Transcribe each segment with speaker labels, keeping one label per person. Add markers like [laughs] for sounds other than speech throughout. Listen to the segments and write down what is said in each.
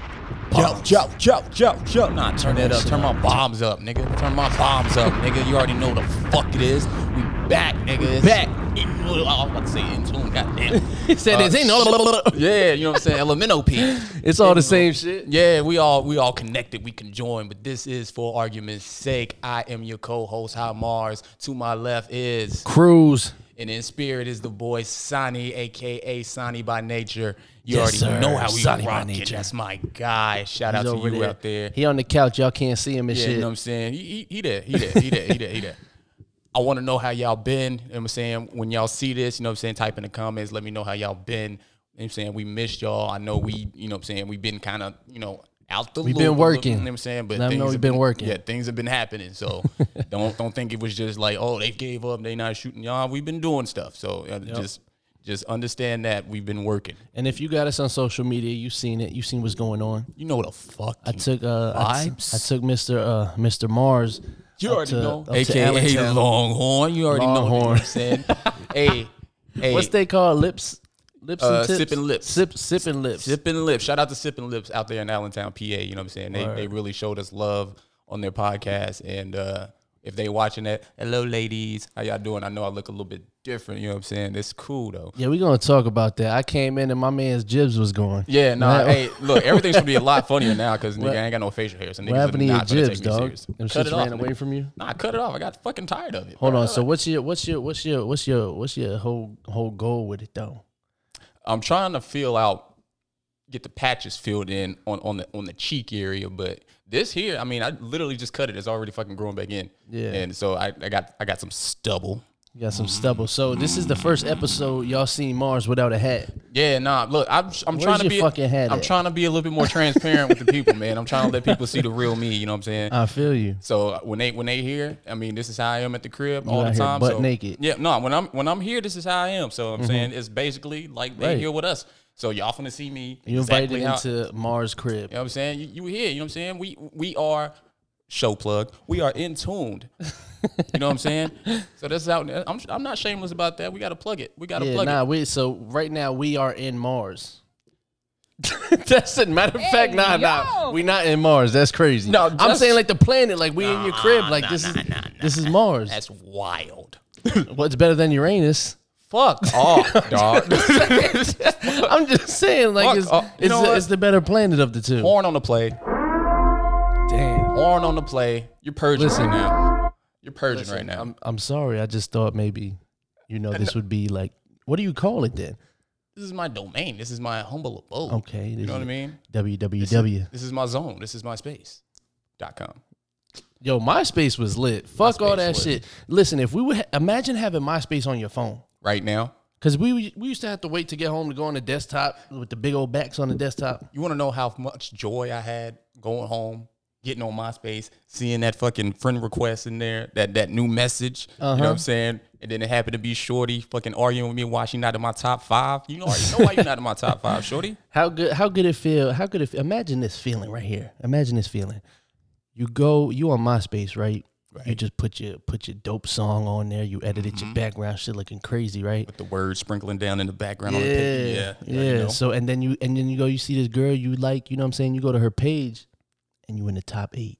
Speaker 1: Joe,
Speaker 2: bombs.
Speaker 1: Joe, Joe, Joe, Joe. Nah, turn that up. Turn my bombs up, nigga. Turn my bombs up, nigga. You already know the fuck it is. We back, nigga. It's
Speaker 2: Back.
Speaker 1: In, oh, I was about to say in tune,
Speaker 2: [laughs]
Speaker 1: goddamn. Uh,
Speaker 2: Said it's in-
Speaker 1: Yeah, you know what I'm saying? Elemental P.
Speaker 2: It's all the same shit.
Speaker 1: Yeah, we all we all connected. We can join, but this is for argument's sake. I am your co-host, High Mars. To my left is
Speaker 2: Cruise.
Speaker 1: and in spirit is the boy Sonny, aka Sonny by nature. You
Speaker 2: Yes,
Speaker 1: already
Speaker 2: sir.
Speaker 1: know how we
Speaker 2: Sonny by
Speaker 1: rock it.
Speaker 2: nature.
Speaker 1: That's my guy. Shout
Speaker 2: He's
Speaker 1: out to
Speaker 2: over
Speaker 1: you
Speaker 2: there.
Speaker 1: out there.
Speaker 2: He on the couch. Y'all can't see him and
Speaker 1: Yeah,
Speaker 2: shit.
Speaker 1: you know what I'm saying? He, he, he there, he there, he there, he there, he there. I want to know how y'all been. You know what I'm saying? When y'all see this, you know what I'm saying? Type in the comments. Let me know how y'all been. You know what I'm saying? We missed y'all. I know we, you know what I'm saying? We've been kind of, you know, out the
Speaker 2: We've
Speaker 1: loop
Speaker 2: been
Speaker 1: a little-
Speaker 2: working.
Speaker 1: You know what I'm saying? But
Speaker 2: Let 'em know
Speaker 1: things
Speaker 2: we've
Speaker 1: have
Speaker 2: been working.
Speaker 1: Yeah, things have been happening.
Speaker 2: [laughs]
Speaker 1: So don't don't think it was just like, oh, they gave up. They not shooting y'all. We've been doing stuff. So uh, just just understand that we've been working.
Speaker 2: and if you got us on social media, you seen it. You seen what's going on.
Speaker 1: You know the fuck.
Speaker 2: I took uh, I, t-
Speaker 1: Vibes?
Speaker 2: I took Mr. Uh, Mr. Mars.
Speaker 1: You
Speaker 2: up
Speaker 1: already
Speaker 2: to-
Speaker 1: know.
Speaker 2: up to
Speaker 1: AKA
Speaker 2: Allentown.
Speaker 1: Longhorn. You already know what
Speaker 2: Longhorn.
Speaker 1: I'm
Speaker 2: [laughs]
Speaker 1: saying. hey, hey.
Speaker 2: What's they called? Lips, lips,
Speaker 1: Uh,
Speaker 2: and tips?
Speaker 1: sipping lips.
Speaker 2: Sip, sipping lips.
Speaker 1: Sipping Lips. Shout out to Sipping Lips out there in Allentown, PA. You know what I'm saying? They, they really showed us love on their podcast. And uh, if they watching that, hello, ladies. How y'all doing? I know I look a little bit different. You know what I'm saying? It's cool, though.
Speaker 2: Yeah, we gonna talk about that. I came in and my man's jibs was going.
Speaker 1: Yeah, no.
Speaker 2: What-
Speaker 1: hey, look, everything's going to be a lot funnier now because nigga, I ain't got no facial hair. So
Speaker 2: What
Speaker 1: niggas are
Speaker 2: happened to your
Speaker 1: not going to
Speaker 2: jibs,
Speaker 1: take me
Speaker 2: dog?
Speaker 1: serious. Cut
Speaker 2: Them shits
Speaker 1: it off,
Speaker 2: ran away
Speaker 1: nigga.
Speaker 2: from you.
Speaker 1: Nah, cut it off. I got fucking tired of it.
Speaker 2: Hold
Speaker 1: bro.
Speaker 2: on. So what's your what's your what's your what's your what's your whole whole goal with it though?
Speaker 1: I'm trying to feel out, get the patches filled in on, on the on the cheek area, but this here, I mean, I literally just cut it. It's already fucking growing back in.
Speaker 2: Yeah.
Speaker 1: And so I, I got I got some stubble.
Speaker 2: You got some stubble. So this is the first episode y'all seen Mars without a hat.
Speaker 1: Yeah, nah. Look, I'm I'm
Speaker 2: Where's
Speaker 1: trying to
Speaker 2: your
Speaker 1: be
Speaker 2: fucking head
Speaker 1: I'm
Speaker 2: at?
Speaker 1: trying to be a little bit more transparent with the people, man. I'm trying to let people see the real me. You know what I'm saying?
Speaker 2: I feel you.
Speaker 1: So uh, when they when they here, I mean, this is how I am at the crib all
Speaker 2: out
Speaker 1: the
Speaker 2: here
Speaker 1: time.
Speaker 2: butt
Speaker 1: so,
Speaker 2: naked. Mm-hmm.
Speaker 1: Yeah, no. When I'm when I'm here, this is how I am. So I'm saying it's basically like they
Speaker 2: Right.
Speaker 1: here with us. So y'all finna see me.
Speaker 2: You
Speaker 1: exactly
Speaker 2: invited
Speaker 1: how,
Speaker 2: into Mars crib.
Speaker 1: You know what I'm saying? You, you were here. You know what I'm saying? We we are show plug. We are in tuned. you know what I'm
Speaker 2: [laughs]
Speaker 1: saying? So that's out. I'm I'm not shameless about that. We gotta plug it. We gotta
Speaker 2: Yeah,
Speaker 1: plug
Speaker 2: nah,
Speaker 1: it.
Speaker 2: we so right now we are in Mars. [laughs] That's a matter of fact, nah, nah.
Speaker 3: yo.
Speaker 2: We not in Mars. That's crazy.
Speaker 1: No,
Speaker 2: I'm
Speaker 1: just-
Speaker 2: saying like the planet, like we in your crib, like
Speaker 1: nah,
Speaker 2: this is
Speaker 1: nah, nah, nah,
Speaker 2: this is Mars.
Speaker 1: That's wild.
Speaker 2: What's better
Speaker 1: [laughs]
Speaker 2: than Uranus? [laughs]
Speaker 1: Fuck off, dog.
Speaker 2: I'm just saying, like
Speaker 1: Fuck,
Speaker 2: it's,
Speaker 1: uh, you
Speaker 2: it's,
Speaker 1: know
Speaker 2: the,
Speaker 1: what?
Speaker 2: it's the better planet of the two.
Speaker 1: Horn on the play.
Speaker 2: Damn.
Speaker 1: Horn on the play. You're purging
Speaker 2: Listen.
Speaker 1: right now. You're purging right now.
Speaker 2: I'm I'm sorry. I just thought maybe, you know, this would be like what do you call it then?
Speaker 1: this is my domain. This is my humble abode.
Speaker 2: Okay,
Speaker 1: You
Speaker 2: this
Speaker 1: know what I
Speaker 2: is-
Speaker 1: mean?
Speaker 2: WWW.
Speaker 1: This is my zone. This is my space. Dot com.
Speaker 2: Yo, MySpace was lit. Fuck all
Speaker 1: MySpace
Speaker 2: that
Speaker 1: was-
Speaker 2: shit. Listen, if we would ha- imagine having MySpace on your phone.
Speaker 1: Right now.
Speaker 2: Cause we we used to have to wait to get home to go on the desktop with the big old backs on the desktop.
Speaker 1: You want to know how much joy I had going home, getting on MySpace, seeing that fucking friend request in there, that that new message. You know what I'm saying? And then it happened to be Shorty fucking arguing with me why she not in my top five. You know, already know why you not in my top five, Shorty.
Speaker 2: How good how good it feel? How good it feel? Imagine this feeling right here. Imagine this feeling. You go you on MySpace right? You just put your put your dope song on there. You edited
Speaker 1: Mm-hmm.
Speaker 2: your background shit looking crazy right?
Speaker 1: The words sprinkling down in the background. On the
Speaker 2: Yeah,
Speaker 1: picture.
Speaker 2: yeah.
Speaker 1: yeah, you already know.
Speaker 2: So and then you and then you go you see this girl you like you know what I'm saying you go to her page, and you in the top eight.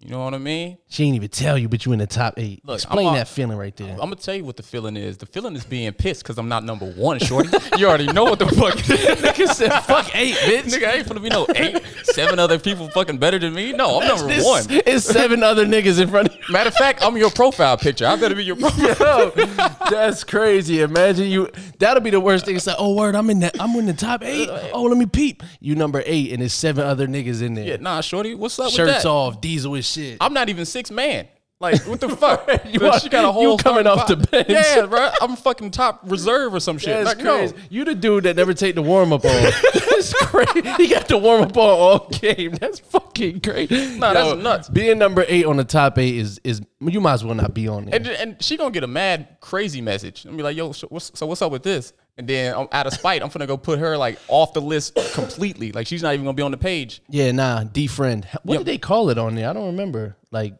Speaker 1: You know what I mean?
Speaker 2: She ain't even tell you, but you in the top eight.
Speaker 1: Look, I'm
Speaker 2: Explain
Speaker 1: all-
Speaker 2: that feeling right there.
Speaker 1: I'm gonna tell you what the feeling is. The feeling is being pissed because I'm not number one, [laughs] Shorty. You already know what the fuck. [laughs] Nigga said, "Fuck eight, bitch." Nigga, I ain't gonna be no eight, seven other people fucking better than me. No, I'm [laughs] number
Speaker 2: This-
Speaker 1: one.
Speaker 2: It's seven other niggas in front of you.
Speaker 1: Matter of fact, I'm your profile picture. I better be your profile.
Speaker 2: [laughs] Yo, that's crazy. Imagine you. That'll be the worst thing. It's like, oh word, I'm in that. I'm in the
Speaker 1: [laughs]
Speaker 2: top eight. Oh, let me peep. You number eight, and there's seven other niggas in there.
Speaker 1: Yeah, nah, shorty, what's up with
Speaker 2: Shirts
Speaker 1: that?
Speaker 2: off, diesel as shit.
Speaker 1: I'm not even six man. Like, what the fuck?
Speaker 2: [laughs] You
Speaker 1: Bitch,
Speaker 2: are- you coming
Speaker 1: starting
Speaker 2: off the
Speaker 1: five.
Speaker 2: bench.
Speaker 1: Yeah, bro. I'm fucking top reserve or some shit.
Speaker 2: that's
Speaker 1: like,
Speaker 2: crazy.
Speaker 1: No.
Speaker 2: You the dude that never take the warm up on.
Speaker 1: [laughs]
Speaker 2: that's crazy. He got the warm up on all game. That's fucking great.
Speaker 1: Nah, that's nuts.
Speaker 2: Being number eight on the top eight is is you might as well not be on it.
Speaker 1: And, and she gonna get a mad crazy message. I'm be like, yo, so what's, so what's up with this? And then um, out of spite, I'm gonna go put her like off the list completely. Like she's not even gonna be on the page.
Speaker 2: Yeah, nah, defriend. What did they call it on there? I don't remember. Like,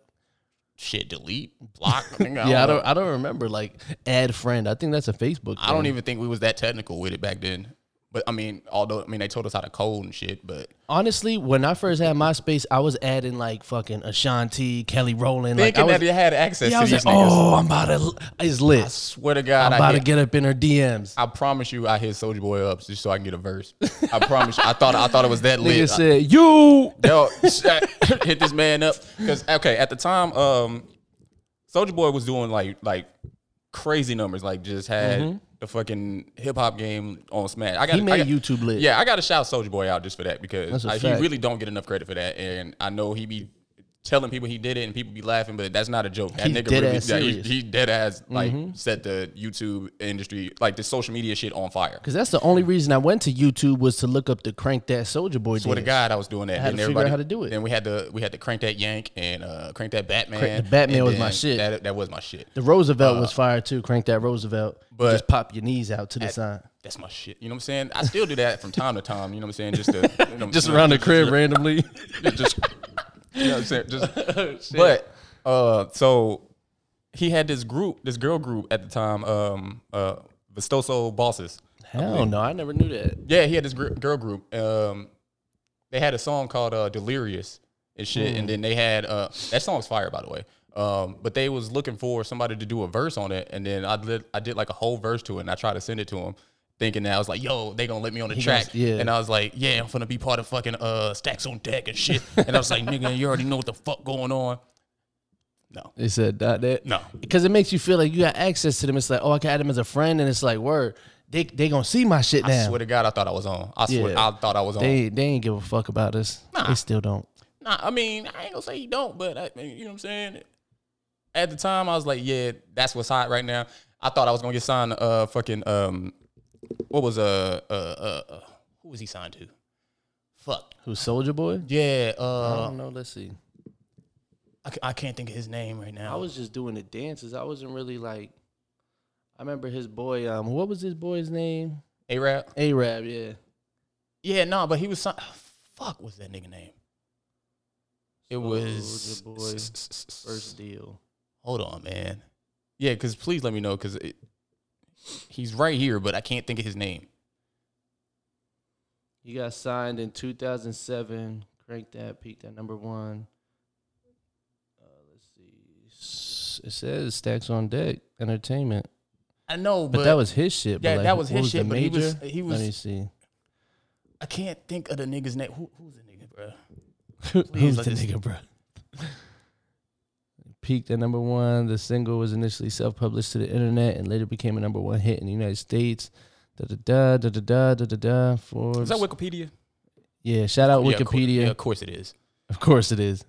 Speaker 1: Shit, delete,
Speaker 2: [laughs]
Speaker 1: block. I think-
Speaker 2: yeah, I
Speaker 1: know.
Speaker 2: don't, I don't remember. Like, add friend. I think that's a Facebook.
Speaker 1: I don't even think we was that technical with it back then. But I mean, although I mean they told us how to code and shit, but
Speaker 2: Honestly, when I first had MySpace, I was adding like fucking Ashanti, Kelly Rowland. Like,
Speaker 1: thinking
Speaker 2: I was,
Speaker 1: that they had access
Speaker 2: yeah, I
Speaker 1: to
Speaker 2: was like,
Speaker 1: these niggas.
Speaker 2: oh, I'm about to. It's lit.
Speaker 1: I swear to God,
Speaker 2: I'm
Speaker 1: I
Speaker 2: about to
Speaker 1: hit-
Speaker 2: get up in her DMs.
Speaker 1: I promise you, I hit Soldier Boy up just so I can get a verse. I [laughs] promise. You, I thought I thought it was that
Speaker 2: Nigga
Speaker 1: lit.
Speaker 2: said, you. [laughs]
Speaker 1: Yo, uh, [laughs] hit this man up because okay, at the time, um, Soldier Boy was doing like like crazy numbers, like just had the fucking hip hop game on Smash. I got
Speaker 2: Mm-hmm. He made
Speaker 1: I got,
Speaker 2: YouTube lit.
Speaker 1: Yeah, I got to shout Soldier Boy out just for that because
Speaker 2: That's a
Speaker 1: I, he
Speaker 2: fact.
Speaker 1: really don't get enough credit for that, and I know he be. Telling people he did it and people be laughing, but that's not a joke. That
Speaker 2: He's
Speaker 1: nigga
Speaker 2: dead
Speaker 1: really,
Speaker 2: ass
Speaker 1: yeah, he,
Speaker 2: serious. Mm-hmm.
Speaker 1: he dead ass like set the YouTube industry, like the social media shit on fire.
Speaker 2: Because that's the only reason I went to YouTube was to look up the Crank That Soldier Boy
Speaker 1: Swear to
Speaker 2: dance.
Speaker 1: God, I was doing that.
Speaker 2: had
Speaker 1: Then
Speaker 2: to figure out
Speaker 1: everybody
Speaker 2: how to do it.
Speaker 1: Then we had to we had to crank that Yank and uh, crank that Batman.
Speaker 2: Crank- the Batman
Speaker 1: and
Speaker 2: was my
Speaker 1: then
Speaker 2: shit.
Speaker 1: That, that was my shit.
Speaker 2: The Roosevelt was fire too. Crank That Roosevelt.
Speaker 1: Uh, but-
Speaker 2: Just pop your knees out to the side.
Speaker 1: That's my shit. You know what I'm saying? I still do that from time to time. You know what I'm saying? Just to, you know,
Speaker 2: [laughs] Just around the crib randomly.
Speaker 1: just, just- you know what I'm saying? Just, but uh, so he had this group, this girl group at the time, um, uh, Vistoso Bosses.
Speaker 2: Hell no, I never knew that.
Speaker 1: Yeah, he had this gr- girl group. Um, they had a song called uh, "Delirious" and shit,
Speaker 2: Mm.
Speaker 1: and then they had uh, that song's fire, by the way. Um, but they was looking for somebody to do a verse on it, and then I did I did like a whole verse to it, and I tried to send it to him, thinking that I was like, "Yo, they gonna let me on the track?"
Speaker 2: gonna- yeah.
Speaker 1: And I was like, "Yeah, I'm gonna be part of fucking uh, Stacks on Deck and shit." and I was like, "Nigga, you already know what the fuck going on." No,
Speaker 2: They said not that.
Speaker 1: no,
Speaker 2: Because it makes you feel like you got access to them. It's like, oh, I can add them as a friend, and it's like, word, they they gonna see my shit
Speaker 1: I
Speaker 2: now.
Speaker 1: swear to God, I thought I was on. I swear,
Speaker 2: Yeah.
Speaker 1: I thought I was on.
Speaker 2: They they ain't give a fuck about us. They still don't.
Speaker 1: Nah, I mean, I ain't gonna say you don't, but I, you know what I'm saying. At the time, I was like, yeah, that's what's hot right now. I thought I was gonna get signed. to, Uh, fucking um, what was uh uh uh, uh who was he signed to? Fuck.
Speaker 2: Who's Soldier Boy?
Speaker 1: Yeah.
Speaker 2: I
Speaker 1: Uh,
Speaker 2: don't know. Let's see.
Speaker 1: I, c- I can't think of his name right now.
Speaker 2: I was just doing the dances. I wasn't really like. I remember his boy. Um, what was his boy's name?
Speaker 1: Arab.
Speaker 2: Arab. Yeah.
Speaker 1: Yeah, no, but he was. Sign- Fuck, was that nigga name? It was.
Speaker 2: Soulja Boy, First deal.
Speaker 1: Hold on, man. Yeah, because please let me know because he's right here, but I can't think of his name.
Speaker 2: He got signed in 2007. Crank that, peaked at number one. Uh, let's see. S- It says Stacks on Deck Entertainment,
Speaker 1: I know,
Speaker 2: but, that was his shit. but
Speaker 1: yeah,
Speaker 2: like,
Speaker 1: that was
Speaker 2: what
Speaker 1: his
Speaker 2: the
Speaker 1: shit, but he was-
Speaker 2: major?
Speaker 1: he
Speaker 2: Let me
Speaker 1: was- [laughs]
Speaker 2: see. [laughs]
Speaker 1: I can't think of the nigga's name. Who, who's the nigga, bro?
Speaker 2: Who's
Speaker 1: let
Speaker 2: the
Speaker 1: this-
Speaker 2: nigga, bro?
Speaker 1: [laughs]
Speaker 2: Peaked at number one. The single was initially self-published to the internet and later became a number one hit in the United States. Da da da da da da da da da.
Speaker 1: Is
Speaker 2: Forbes.
Speaker 1: that Wikipedia?
Speaker 2: yeah, shout out
Speaker 1: Yeah, of cour-
Speaker 2: Wikipedia.
Speaker 1: yeah, of course it is.
Speaker 2: Of course it is.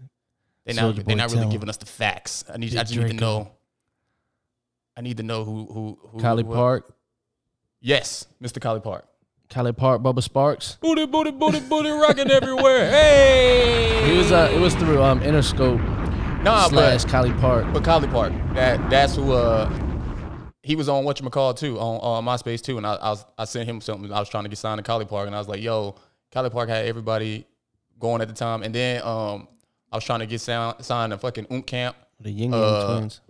Speaker 1: They're not,
Speaker 2: Soulja
Speaker 1: they're
Speaker 2: Boy,
Speaker 1: not really
Speaker 2: tell 'em.
Speaker 1: giving us the facts. I need. I
Speaker 2: Big
Speaker 1: just need to
Speaker 2: Draco.
Speaker 1: know. I need to know who who who.
Speaker 2: Collie
Speaker 1: who- uh,
Speaker 2: Park.
Speaker 1: Yes, Mr. Collie Park.
Speaker 2: Collie Park. Bubba Sparks.
Speaker 1: Booty, booty, booty, booty, rocking everywhere. Hey.
Speaker 2: It was uh, it was through um Interscope
Speaker 1: nah,
Speaker 2: slash
Speaker 1: but
Speaker 2: Collie Park.
Speaker 1: but Collie Park. That that's who. uh he was on whatchamacall too, on, on uh, MySpace too. And I, I, was, I sent him something. I was trying to get signed to Collie Park. And I was like, yo, Collie Park had everybody going at the time. And then um, I was trying to get sound, signed to fucking Oomp Camp.
Speaker 2: The Ying Yang
Speaker 1: uh,
Speaker 2: Twins.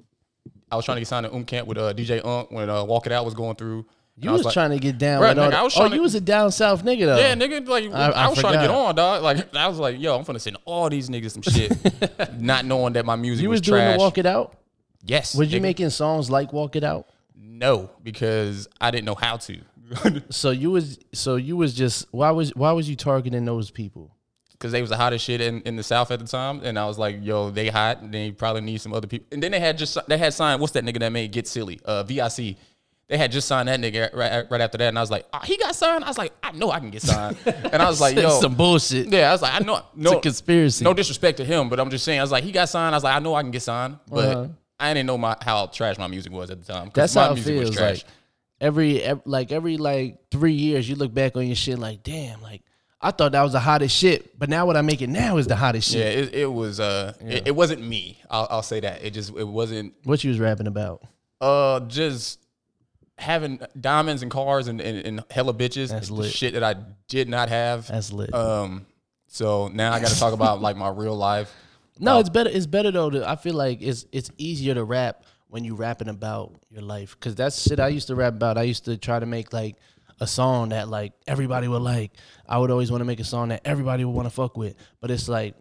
Speaker 1: I was trying to get signed to Oom Camp with uh, DJ Unk when uh, Walk It Out was going through. And
Speaker 2: You
Speaker 1: I
Speaker 2: was,
Speaker 1: like,
Speaker 2: trying to get down.
Speaker 1: Bruh,
Speaker 2: with all
Speaker 1: nigga,
Speaker 2: the-
Speaker 1: I was
Speaker 2: oh,
Speaker 1: trying to-
Speaker 2: you was a down south nigga though.
Speaker 1: Yeah, nigga, like I,
Speaker 2: I- I
Speaker 1: was trying to get
Speaker 2: forgot.
Speaker 1: on, dog. Like [laughs] I was like, yo, I'm gonna send all these niggas some shit,
Speaker 2: [laughs]
Speaker 1: not knowing that my music
Speaker 2: you
Speaker 1: was,
Speaker 2: was, doing
Speaker 1: trash.
Speaker 2: the Walk It Out.
Speaker 1: yes,
Speaker 2: Was you
Speaker 1: nigga.
Speaker 2: making songs like Walk It Out?
Speaker 1: no because I didn't know how to. [laughs] Because
Speaker 2: So you was so you was just why was why was you targeting those people?
Speaker 1: they was the hottest shit in, in the South at the time, and I was like, yo, they hot, and they probably need some other people. And then they had just they had signed what's that nigga that made Get Silly, uh, Vic. They had just signed that nigga right, right after that, and I was like, oh, he got signed. I was like, I know I can get
Speaker 2: [laughs]
Speaker 1: signed, and I was like, yo,
Speaker 2: some bullshit.
Speaker 1: Yeah, I was like, I know, no
Speaker 2: It's a conspiracy.
Speaker 1: No disrespect to him, but I'm just saying, I was like, he got signed. I was like, I know I can get signed, but
Speaker 2: Uh-huh.
Speaker 1: I didn't know my how trash my music was at the time. 'cause
Speaker 2: That's
Speaker 1: my
Speaker 2: how it feels. Like every, ev like every like three years, you look back on your shit like, damn, like I thought that was the hottest shit, but now what I make it now is the hottest shit.
Speaker 1: yeah, it, it was. Uh, it, it wasn't me. I'll, I'll say that. It just it wasn't.
Speaker 2: What you was rapping about?
Speaker 1: Uh, just having diamonds and cars and and, and hella bitches.
Speaker 2: That's
Speaker 1: the
Speaker 2: lit.
Speaker 1: Shit that I did not have.
Speaker 2: That's lit.
Speaker 1: um. So now I got to talk
Speaker 2: [laughs]
Speaker 1: about like my real life.
Speaker 2: no, it's better. It's better though. To, I feel like it's it's easier to rap when you rapping about your life because that's shit I used to rap about. I used to try to make like a song that like everybody would like. I would always want to make a song that everybody would want to fuck with. But it's like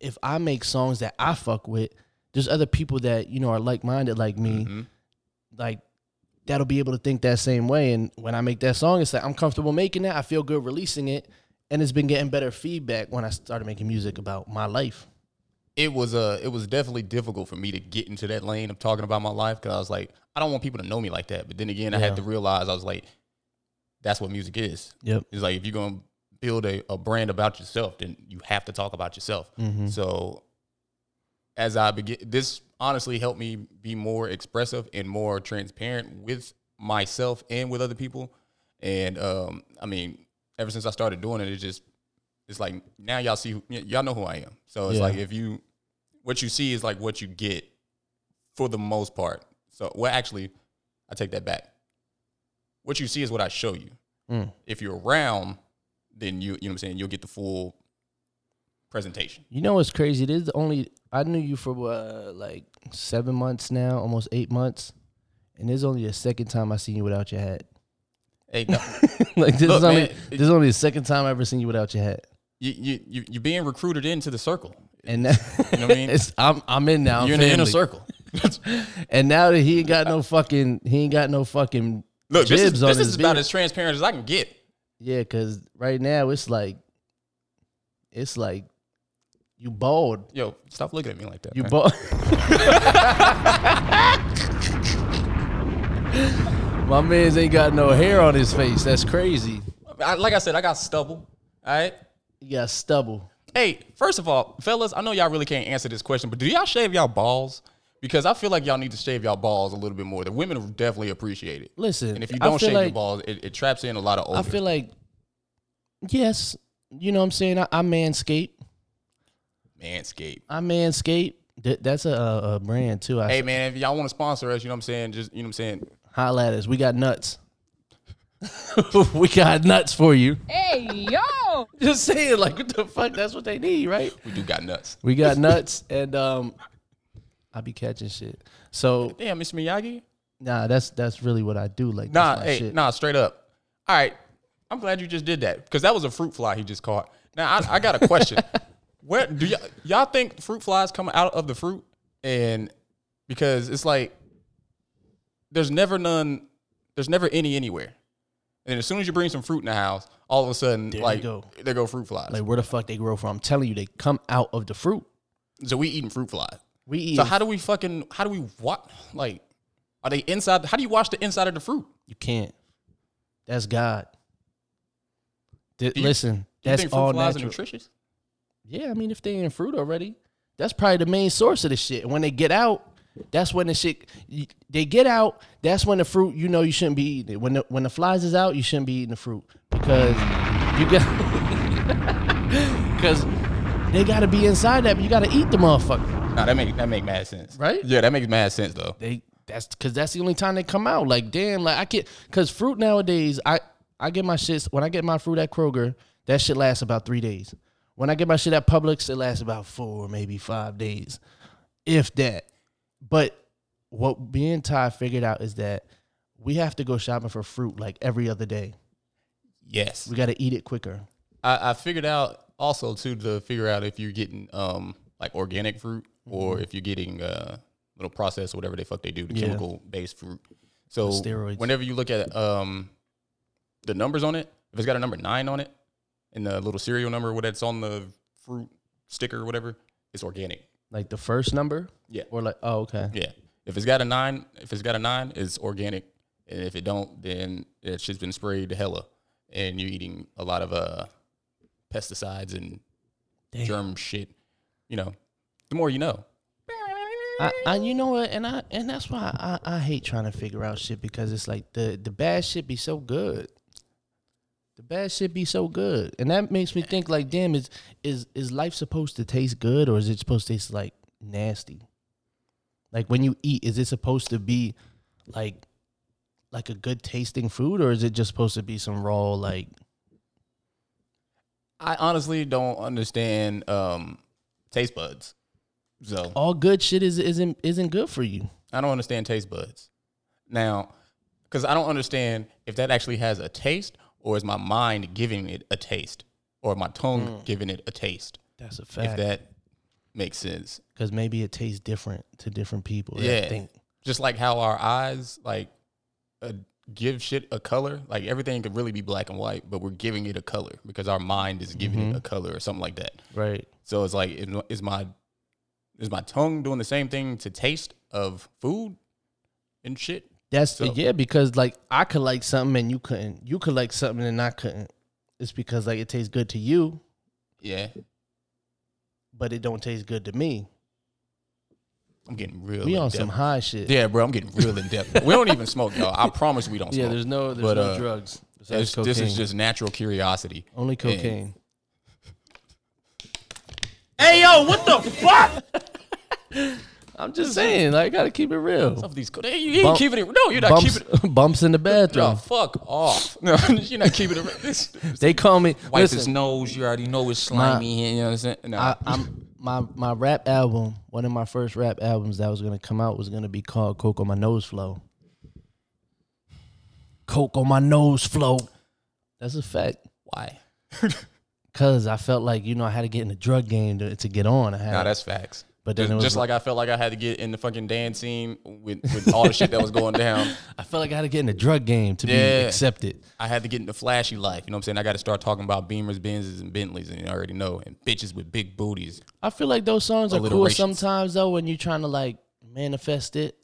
Speaker 2: if I make songs that I fuck with, there's other people that, you know, are like minded like me,
Speaker 1: Mhm.
Speaker 2: like that'll be able to think that same way. And when I make that song, it's like I'm comfortable making that. I feel good releasing it. And it's been getting better feedback when I started making music about my life.
Speaker 1: It was uh, it was definitely difficult for me to get into that lane of talking about my life because I was like, I don't want people to know me like that. But then again, I
Speaker 2: Yeah.
Speaker 1: had to realize I was like, that's what music is.
Speaker 2: Yep.
Speaker 1: It's like if you're gonna build a, a brand about yourself, then you have to talk about yourself.
Speaker 2: Mhm.
Speaker 1: So as I begin this honestly helped me be more expressive and more transparent with myself and with other people. And um, I mean, ever since I started doing it, it just it's like now y'all see who, y- y'all know who I am. So it's
Speaker 2: Yeah.
Speaker 1: like if you what you see is like what you get for the most part. So well actually I take that back. What you see is what I show you
Speaker 2: Mm.
Speaker 1: if you're around, then you you know what I'm saying, you'll get the full presentation.
Speaker 2: You know what's crazy? This is the only I knew you for uh, like seven months now, almost eight months, and this is only the second time I seen you without your hat. [laughs]
Speaker 1: Hey, no,
Speaker 2: like this
Speaker 1: Look,
Speaker 2: is only
Speaker 1: man,
Speaker 2: this is only the second time I ever seen you without your hat,
Speaker 1: you, you you you're being recruited into the circle.
Speaker 2: and that,
Speaker 1: You know what I mean?
Speaker 2: [laughs] it's I'm I'm in now. I'm
Speaker 1: you're in the inner
Speaker 2: family. [laughs]
Speaker 1: circle.
Speaker 2: and now that he ain't got no fucking he ain't got no fucking
Speaker 1: Look, this is,
Speaker 2: Jibs on
Speaker 1: this
Speaker 2: his
Speaker 1: is about
Speaker 2: beard.
Speaker 1: as transparent as I can get.
Speaker 2: yeah, because right now it's like it's like you bald,
Speaker 1: Yo, stop looking at me like that.
Speaker 2: you
Speaker 1: man.
Speaker 2: bald.
Speaker 1: [laughs]
Speaker 2: My man's ain't got no hair on his face. That's crazy.
Speaker 1: I, like I said, I got stubble. All right.
Speaker 2: You got stubble.
Speaker 1: Hey, first of all, fellas, I know y'all really can't answer this question, but do y'all shave y'all balls? Because I feel like y'all need to shave y'all balls a little bit more. The women definitely appreciate it.
Speaker 2: Listen,
Speaker 1: and if you
Speaker 2: I
Speaker 1: don't
Speaker 2: feel
Speaker 1: shave your
Speaker 2: like-
Speaker 1: balls, it, it traps in a lot of odor.
Speaker 2: I feel like yes, you know what I'm saying. I, I manscape.
Speaker 1: Manscaped.
Speaker 2: I manscape. Th- that's a, a, a brand too. I
Speaker 1: Hey man, if y'all want to sponsor us, you know what I'm saying? Just you know what I'm saying?
Speaker 2: Holla at us. We got nuts. [laughs] we got nuts for you.
Speaker 3: Hey, yo!
Speaker 2: Just saying, like, what the fuck? That's what they need, right?
Speaker 1: We do got nuts.
Speaker 2: We got nuts, and um, I be catching shit. So
Speaker 1: Damn, Mr. Miyagi?
Speaker 2: nah, that's that's really what I do. Like,
Speaker 1: Nah,
Speaker 2: that's my
Speaker 1: hey,
Speaker 2: shit.
Speaker 1: nah, straight up. All right. I'm glad you just did that. Because that was a fruit fly he just caught. Now I, I got a
Speaker 2: [laughs]
Speaker 1: question. Where do y'all y'all think fruit flies come out of the fruit? And because it's like there's never none there's never any anywhere. And as soon as you bring some fruit in the house, all of a sudden,
Speaker 2: you
Speaker 1: like
Speaker 2: go.
Speaker 1: there go fruit flies.
Speaker 2: like where the fuck they grow from? I'm telling you, they come out of the fruit.
Speaker 1: so we eating fruit flies.
Speaker 2: We eat.
Speaker 1: So how do we fucking how do we what like are they inside? How do you wash the inside of the fruit?
Speaker 2: you can't. That's God. Th-
Speaker 1: Do you-
Speaker 2: listen,
Speaker 1: Do
Speaker 2: that's
Speaker 1: you think fruit
Speaker 2: all
Speaker 1: flies
Speaker 2: natural.
Speaker 1: are nutritious?
Speaker 2: Yeah, I mean, if they in fruit already, that's probably the main source of the shit. And when they get out, that's when the shit y- they get out. That's when the fruit you know you shouldn't be eating. It. When the when the flies is out, you shouldn't be eating the fruit because you got [laughs] because they got to be inside that. But you got to eat the motherfucker,
Speaker 1: No, that make that make mad sense,
Speaker 2: Right?
Speaker 1: Yeah, that makes mad sense though.
Speaker 2: they that's because that's the only time they come out. Like damn, like I get because fruit nowadays. I I get my shits when I get my fruit at Kroger. That shit lasts about three days. When I get my shit at Publix, it lasts about four, maybe five days, if that. But what me and Ty figured out is that we have to go shopping for fruit like every other day.
Speaker 1: Yes,
Speaker 2: We got to eat it quicker.
Speaker 1: I, I figured out also too to figure out if you're getting um like organic fruit or if you're getting uh little processed or whatever they fuck they do, the
Speaker 2: Mm-hmm. Yeah.
Speaker 1: chemical based fruit. So
Speaker 2: steroids.
Speaker 1: whenever you look at um the numbers on it, if it's got a number nine on it and the little serial number where that's on the fruit sticker or whatever, it's organic.
Speaker 2: Like the first number,
Speaker 1: Yeah.
Speaker 2: or like oh okay,
Speaker 1: Yeah. If it's got a nine, if it's got a nine, it's organic. And if it don't, then that shit's been sprayed to hella. And you're eating a lot of uh pesticides and
Speaker 2: Damn.
Speaker 1: germ shit. You know, the more you know.
Speaker 2: I, I you know what, and I and that's why I, I hate trying to figure out shit because it's like the the bad shit be so good. The bad shit be so good, and that makes me think like, damn, is is is life supposed to taste good or is it supposed to taste like nasty? Like when you eat, is it supposed to be like like a good tasting food or is it just supposed to be some raw like
Speaker 1: I honestly don't understand um taste buds. So
Speaker 2: all good shit is isn't isn't good for you?
Speaker 1: I don't understand taste buds. Now, because I don't understand if that actually has a taste or is my mind giving it a taste or my tongue giving it a taste.
Speaker 2: That's a
Speaker 1: If
Speaker 2: Mm. fact.
Speaker 1: that makes sense.
Speaker 2: Because maybe it tastes different to different people. I
Speaker 1: Yeah.
Speaker 2: think-
Speaker 1: Just like how our eyes like uh, give shit a color. Like everything could really be black and white, but we're giving it a color because our mind is giving
Speaker 2: Mm-hmm.
Speaker 1: it a color or something like that.
Speaker 2: right.
Speaker 1: So it's like is my- is my is my tongue doing the same thing to taste of food and shit?
Speaker 2: That's
Speaker 1: So-
Speaker 2: yeah, because like I could like something and you couldn't. You could like something and I couldn't. It's because like it tastes good to you,
Speaker 1: Yeah.
Speaker 2: but it don't taste good to me.
Speaker 1: I'm getting real.
Speaker 2: We
Speaker 1: in
Speaker 2: on
Speaker 1: depth.
Speaker 2: some high shit.
Speaker 1: Yeah, bro, I'm getting real in depth. we don't even smoke, y'all. I promise we don't
Speaker 2: Yeah,
Speaker 1: smoke.
Speaker 2: there's no there's
Speaker 1: But,
Speaker 2: no
Speaker 1: uh,
Speaker 2: drugs. besides
Speaker 1: This- this is
Speaker 2: cocaine.
Speaker 1: just natural curiosity.
Speaker 2: only cocaine.
Speaker 1: Hey yo, what the fuck?
Speaker 2: [laughs] I'm just saying, like, gotta keep it real.
Speaker 1: Of these, co- Hey, you ain't
Speaker 2: Bump-
Speaker 1: keeping it. No, you're not
Speaker 2: Bumps,
Speaker 1: keeping it.
Speaker 2: [laughs] bumps in the bathroom.
Speaker 1: No, fuck
Speaker 2: [laughs]
Speaker 1: off. [laughs] No, you're not keeping it. This,
Speaker 2: They call me.
Speaker 1: wipe his
Speaker 2: listen,
Speaker 1: nose. You already know it's slimy. you know what I'm saying? No,
Speaker 2: I, I'm my my rap album. One of my first rap albums that was gonna come out was gonna be called "Coke on My Nose Flow." Coke on my nose flow. That's a fact.
Speaker 1: why?
Speaker 2: Cause I felt like you know I had to get in the drug game to, to get on. I had,
Speaker 1: Nah, that's facts. But
Speaker 2: But then
Speaker 1: just,
Speaker 2: it was
Speaker 1: just like I felt like I had to get in the fucking dance scene with, with all the shit that was going [laughs] down.
Speaker 2: I felt like I had to get in the drug game to be
Speaker 1: Yeah.
Speaker 2: accepted.
Speaker 1: I had to get into flashy life. You know what I'm saying? I got to start talking about Beamers, Benzes, and Bentleys, and you already know, and bitches with big booties.
Speaker 2: I feel like those songs are cool
Speaker 1: Alliterations.
Speaker 2: sometimes though when you're trying to like manifest it.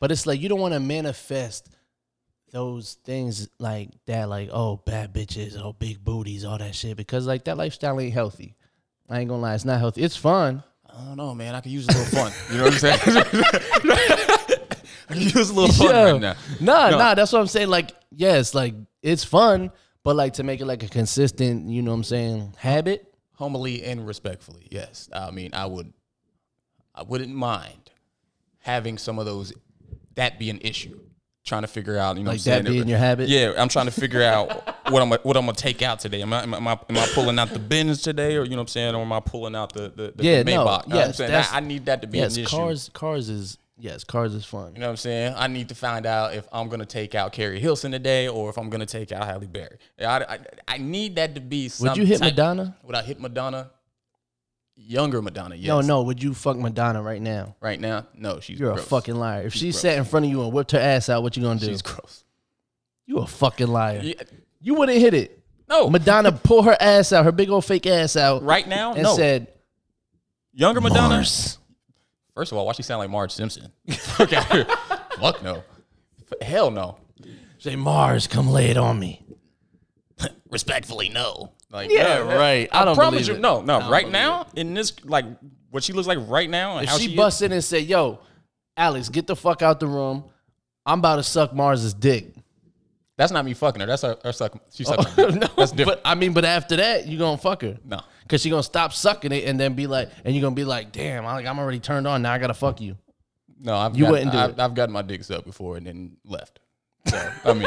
Speaker 2: But it's like you don't want to manifest those things like that, like oh bad bitches, oh big booties, all that shit. Because like that lifestyle ain't healthy. I ain't gonna lie, it's not healthy. It's fun.
Speaker 1: I don't know, man. I could use a little fun. You know what I'm saying? [laughs] I could use a little
Speaker 2: [laughs]
Speaker 1: fun
Speaker 2: Yeah.
Speaker 1: right now.
Speaker 2: Nah, nah, that's what I'm saying. Like, yes, like it's fun, but like to make it like a consistent, you know what I'm saying, habit.
Speaker 1: Humbly and respectfully, yes. I mean, I would, I wouldn't mind having some of those. That be an issue. Trying to figure out, you know,
Speaker 2: Like
Speaker 1: what I'm
Speaker 2: that
Speaker 1: saying?
Speaker 2: being your
Speaker 1: [laughs]
Speaker 2: habit.
Speaker 1: Yeah, I'm trying to figure out what I'm what I'm gonna take out today. Am I am I, am I- am I pulling out the bins today, or you know what I'm saying, or am I pulling out the the, the,
Speaker 2: Yeah,
Speaker 1: the
Speaker 2: no,
Speaker 1: Maybach? You know what I'm
Speaker 2: yes,
Speaker 1: saying
Speaker 2: that's-
Speaker 1: I, I need that to be
Speaker 2: Yes,
Speaker 1: an issue.
Speaker 2: cars cars is yes, cars is fun.
Speaker 1: You know what I'm saying? I need to find out if I'm gonna take out Carrie Hilson today, or if I'm gonna take out Halle Berry. I, I, I need that to be. Some
Speaker 2: Would you hit
Speaker 1: type-
Speaker 2: Madonna?
Speaker 1: Would I hit Madonna? Younger Madonna, yes.
Speaker 2: No, no. Would you fuck Madonna right now?
Speaker 1: Right now, no. She's
Speaker 2: You're
Speaker 1: gross.
Speaker 2: a fucking liar. If she sat in front of you and whipped her ass out, what you gonna do?
Speaker 1: She's gross.
Speaker 2: you a fucking liar.
Speaker 1: Yeah,
Speaker 2: You wouldn't hit it.
Speaker 1: no, [laughs]
Speaker 2: Madonna pulled her ass out, her big old fake ass out,
Speaker 1: right now,
Speaker 2: and
Speaker 1: no.
Speaker 2: said,
Speaker 1: Younger Madonna.
Speaker 2: "Mars."
Speaker 1: First of all, why she sound like Marge Simpson? [laughs] Fuck out here. Fuck no. F- Hell no.
Speaker 2: Say, "Mars, come lay it on me."
Speaker 1: Respectfully, no. Like
Speaker 2: Yeah,
Speaker 1: no, that-
Speaker 2: right. I don't
Speaker 1: promise
Speaker 2: believe
Speaker 1: you.
Speaker 2: it.
Speaker 1: No, no.
Speaker 2: don't
Speaker 1: Right
Speaker 2: believe
Speaker 1: now, in this, like what she looks like right now, and
Speaker 2: If
Speaker 1: how
Speaker 2: she,
Speaker 1: she is-
Speaker 2: busted and said, "Yo, Alex, get the fuck out the room. I'm about to suck Mars's dick."
Speaker 1: That's not me fucking her. That's her, her suck. She sucking.
Speaker 2: Oh, [laughs] no,
Speaker 1: my dick. That's different.
Speaker 2: but I mean, but after that, you gonna fuck her?
Speaker 1: No.
Speaker 2: Cause she gonna stop sucking it and then be like, and you gonna be like, damn, I- I'm already turned on. Now I gotta fuck you.
Speaker 1: No, I've
Speaker 2: You
Speaker 1: got,
Speaker 2: wouldn't do
Speaker 1: I've,
Speaker 2: it.
Speaker 1: I've gotten my dicks up before and then left. So I mean,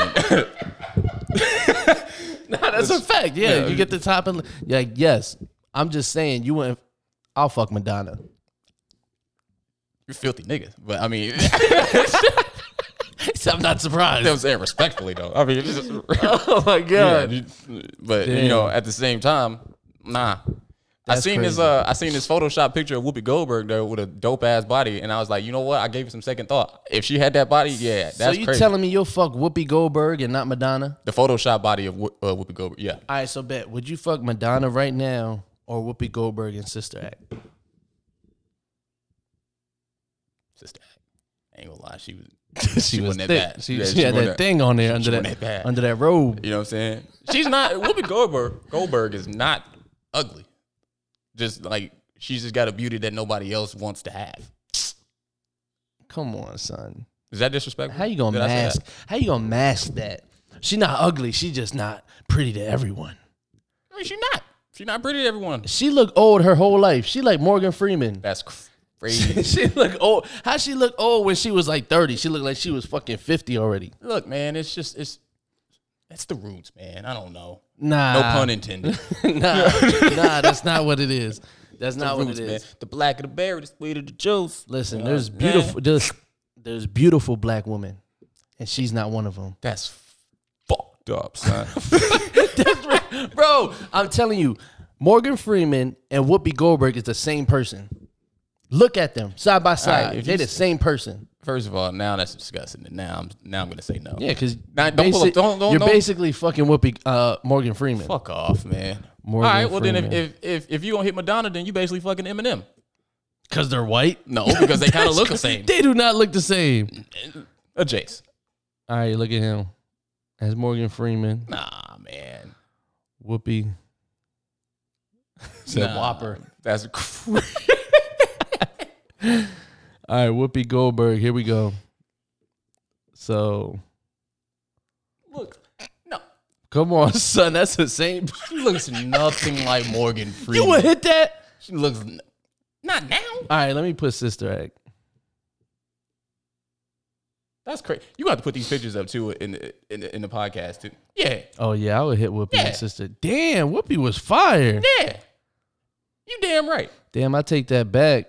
Speaker 2: Nah, [laughs] that's a fact. Yeah,
Speaker 1: yeah.
Speaker 2: you get the top and you're like, yes. I'm just saying, you wouldn't. I'll fuck Madonna.
Speaker 1: you're filthy niggas. But I mean, [laughs] you know what
Speaker 2: I'm not surprised.
Speaker 1: I'm saying respectfully though. I mean, it's just,
Speaker 2: [laughs] oh my
Speaker 1: yeah,
Speaker 2: god.
Speaker 1: you- but you know, at the same time, nah. I
Speaker 2: That's
Speaker 1: seen this.
Speaker 2: crazy.
Speaker 1: Uh, I seen this Photoshop picture of Whoopi Goldberg though with a dope ass body, and I was like, you know what? I gave it some second thought. If she had that body, yeah, that's
Speaker 2: so you
Speaker 1: crazy.
Speaker 2: telling me you'll fuck Whoopi Goldberg and not Madonna?
Speaker 1: the Photoshop body of Who- uh, Whoopi Goldberg, yeah.
Speaker 2: All right, so bet. Would you fuck Madonna right now or Whoopi Goldberg and Sister Act?
Speaker 1: Sister, I ain't gonna lie, she was.
Speaker 2: She, was
Speaker 1: wasn't that
Speaker 2: thick.
Speaker 1: bad.
Speaker 2: She,
Speaker 1: Yeah,
Speaker 2: she
Speaker 1: she
Speaker 2: had
Speaker 1: wasn't that-
Speaker 2: that thing on there under
Speaker 1: wasn't
Speaker 2: that,
Speaker 1: that bad.
Speaker 2: under that robe.
Speaker 1: You know what I'm saying? She's not [laughs] Whoopi Goldberg. Goldberg is not ugly. Just like she's just got a beauty that nobody else wants to have.
Speaker 2: Come on, son.
Speaker 1: Is that disrespectful?
Speaker 2: How you gonna
Speaker 1: Did I say that?
Speaker 2: mask? How you gonna mask that? She not ugly. She just not pretty to everyone.
Speaker 1: I mean, she's not. She's not pretty to everyone.
Speaker 2: She looked old her whole life. She like Morgan Freeman.
Speaker 1: That's crazy.
Speaker 2: [laughs] she look old. How she look old when she was like thirty? She looked like she was fucking fifty already.
Speaker 1: [laughs] Look, man, it's just it's that's the roots, man. I don't know.
Speaker 2: Nah,
Speaker 1: No pun
Speaker 2: [laughs]
Speaker 1: intended.
Speaker 2: Nah, nah, that's not what it is. That's not what
Speaker 1: roots,
Speaker 2: it
Speaker 1: man.
Speaker 2: is.
Speaker 1: The black of the berry, the sweet of the juice.
Speaker 2: Listen,
Speaker 1: You know
Speaker 2: there's
Speaker 1: what I'm saying?
Speaker 2: beautiful, there's, there's beautiful black women, and she's not one of them.
Speaker 1: That's fucked up, son. [laughs]
Speaker 2: Bro, I'm telling you, Morgan Freeman and Whoopi Goldberg is the same person. Look at them side by side.
Speaker 1: Alright, if
Speaker 2: They're
Speaker 1: you
Speaker 2: the
Speaker 1: s-
Speaker 2: same person.
Speaker 1: First of all, now that's disgusting. Now I'm now I'm gonna say no.
Speaker 2: Yeah, because
Speaker 1: Nah, don't pull up- don't- don't-
Speaker 2: you're
Speaker 1: don't-
Speaker 2: basically fucking Whoopi uh, Morgan Freeman.
Speaker 1: Fuck off, man.
Speaker 2: Morgan
Speaker 1: all right, well then
Speaker 2: Freeman.
Speaker 1: if, if if if you gonna hit Madonna, then you basically fucking Eminem.
Speaker 2: Because they're white? [laughs]
Speaker 1: No, because they kind of look the same.
Speaker 2: They do not look the same.
Speaker 1: Uh, Jace.
Speaker 2: All right, look at him. As Morgan Freeman,
Speaker 1: Nah, man.
Speaker 2: Whoopi. Said
Speaker 1: Nah,
Speaker 2: Whopper.
Speaker 1: That's cr-
Speaker 2: All right, Whoopi Goldberg. Here we go. So
Speaker 1: [laughs] look. No,
Speaker 2: come on, [laughs] son. That's the same. [laughs]
Speaker 1: she looks nothing like Morgan Freeman.
Speaker 2: You would hit that.
Speaker 1: She looks n- not now.
Speaker 2: All right, let me put Sister Act.
Speaker 1: That's crazy. You got to put these pictures up too in the in the, in the podcast too. Yeah,
Speaker 2: Oh yeah, I would hit Whoopi
Speaker 1: Yeah.
Speaker 2: and Sister. Damn, Whoopi was fire.
Speaker 1: yeah. You damn right.
Speaker 2: Damn, I take that back.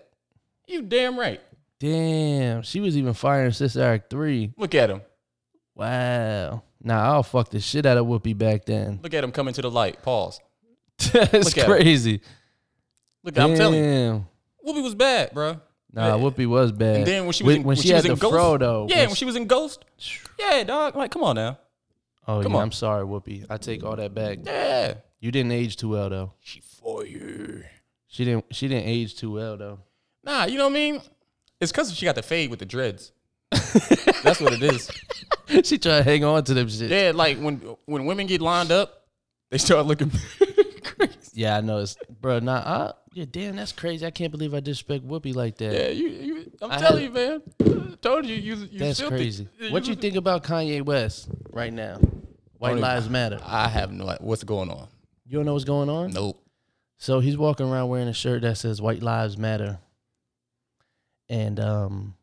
Speaker 1: You damn right.
Speaker 2: Damn, she was even firing Sister Act three.
Speaker 1: Look at him.
Speaker 2: Wow. Nah, I'll fuck the shit out of Whoopi back then. [laughs]
Speaker 1: Look at him coming to the light. Pause.
Speaker 2: That's
Speaker 1: Look at her.
Speaker 2: crazy.
Speaker 1: Look,
Speaker 2: Damn.
Speaker 1: I'm telling you, Whoopi was bad, bro.
Speaker 2: Nah, Whoopi was bad.
Speaker 1: And then when she was
Speaker 2: When-
Speaker 1: in,
Speaker 2: when she
Speaker 1: was
Speaker 2: had
Speaker 1: in
Speaker 2: the
Speaker 1: Ghost,
Speaker 2: fro, though,
Speaker 1: yeah,
Speaker 2: when
Speaker 1: when, she was in Ghost, yeah, dog. Like, come on now,
Speaker 2: Oh
Speaker 1: Come
Speaker 2: yeah,
Speaker 1: on.
Speaker 2: I'm sorry, Whoopi. I take all that back.
Speaker 1: yeah.
Speaker 2: You didn't age too well though.
Speaker 1: She fire.
Speaker 2: She didn't. She didn't age too
Speaker 1: [laughs]
Speaker 2: well though.
Speaker 1: Nah, you know what I mean? It's because she got the fade with the
Speaker 2: [laughs]
Speaker 1: dreads. That's what it is.
Speaker 2: she tried to hang on to them shit. Yeah,
Speaker 1: Yeah, like when when women get lined up, they start looking [laughs] crazy.
Speaker 2: I know. It's bro. Nah. I, yeah. Damn, that's crazy. I can't believe I disrespect Whoopi like that.
Speaker 1: Yeah, you, you I'm
Speaker 2: I
Speaker 1: telling you, man. I told you, you, you
Speaker 2: that's
Speaker 1: filthy.
Speaker 2: crazy. What you think about Kanye West right now? White
Speaker 1: Don't even-
Speaker 2: Lives Matter.
Speaker 1: I have no idea what's going on.
Speaker 2: You don't know what's going on.
Speaker 1: Nope.
Speaker 2: So he's walking around wearing a shirt that says "White Lives Matter," and um,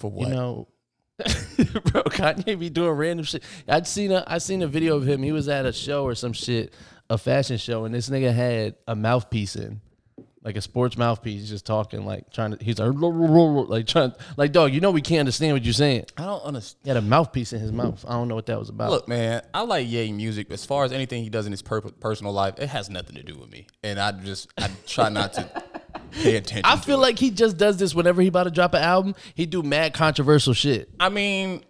Speaker 1: For what?
Speaker 2: You know, [laughs] bro, Kanye be doing random shit. I'd seen a I seen a video of him. He was at a show or some shit, a fashion show, and this nigga had a mouthpiece in, like a sports mouthpiece, just talking like trying to. He's like, [laughs] like trying, like dog. You know we can't understand what you're saying.
Speaker 1: I don't understand.
Speaker 2: He had a mouthpiece in his mouth. I don't know what that was about.
Speaker 1: Look, man, I like Ye music. As far as anything he does in his per- personal life, it has nothing to do with me. And I just, I try not
Speaker 2: [laughs]
Speaker 1: to pay attention.
Speaker 2: I
Speaker 1: to
Speaker 2: feel
Speaker 1: it.
Speaker 2: like he just does this whenever he about to drop an album. He do mad controversial shit.
Speaker 1: I mean,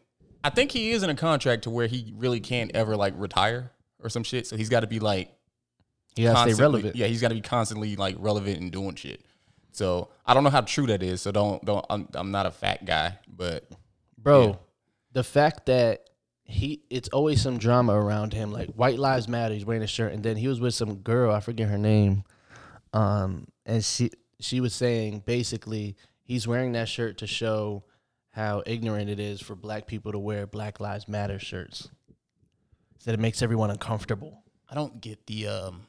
Speaker 1: I think he is in a contract to where he really can't ever like retire or some shit. So he's got to be like
Speaker 2: He gotta stay
Speaker 1: constantly-
Speaker 2: relevant.
Speaker 1: Yeah, he's got to be constantly like relevant and doing shit. So I don't know how true that is. So don't don't. I'm, I'm not a fat guy, but
Speaker 2: bro
Speaker 1: Yeah.
Speaker 2: the fact that he it's always some drama around him like white lives matter he's wearing a shirt and then he was with some girl i forget her name um and she she was saying basically he's wearing that shirt to show how ignorant it is for black people to wear black lives matter shirts that it makes everyone uncomfortable [laughs]
Speaker 1: I don't get the um,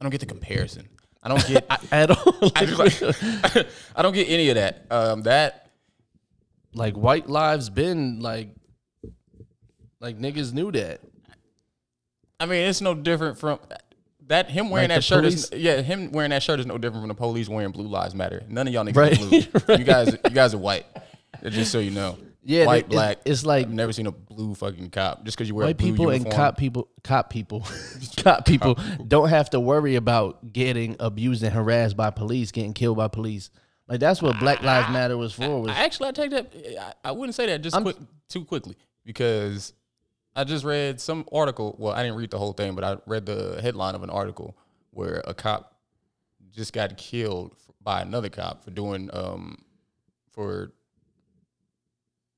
Speaker 1: I don't get the comparison. I don't get. I,
Speaker 2: at all
Speaker 1: I
Speaker 2: like,
Speaker 1: just like, [laughs] I don't get any of that. Um, that
Speaker 2: [laughs] like, white lives been like like niggas knew that
Speaker 1: I mean, it's no different from that. Him wearing
Speaker 2: Like the
Speaker 1: that shirt is yeah. Him wearing that shirt is no different from the police wearing Blue Lives Matter. None of y'all niggas
Speaker 2: [laughs] Right,
Speaker 1: are blue. You guys, you guys are white. Just so you know,
Speaker 2: Yeah, they-
Speaker 1: white,
Speaker 2: it's-
Speaker 1: black.
Speaker 2: it's like-
Speaker 1: I've never seen a blue fucking cop just because you wear a
Speaker 2: white
Speaker 1: blue
Speaker 2: people
Speaker 1: uniform.
Speaker 2: and cop people cop people [laughs] cop people don't have to worry about getting abused and harassed by police getting killed by police like that's what black lives matter was for was
Speaker 1: I actually, I take that. I, I wouldn't say that just quick too quickly because I just read some article. Well, I didn't read the whole thing, but I read the headline of an article where a cop just got killed by another cop for doing um for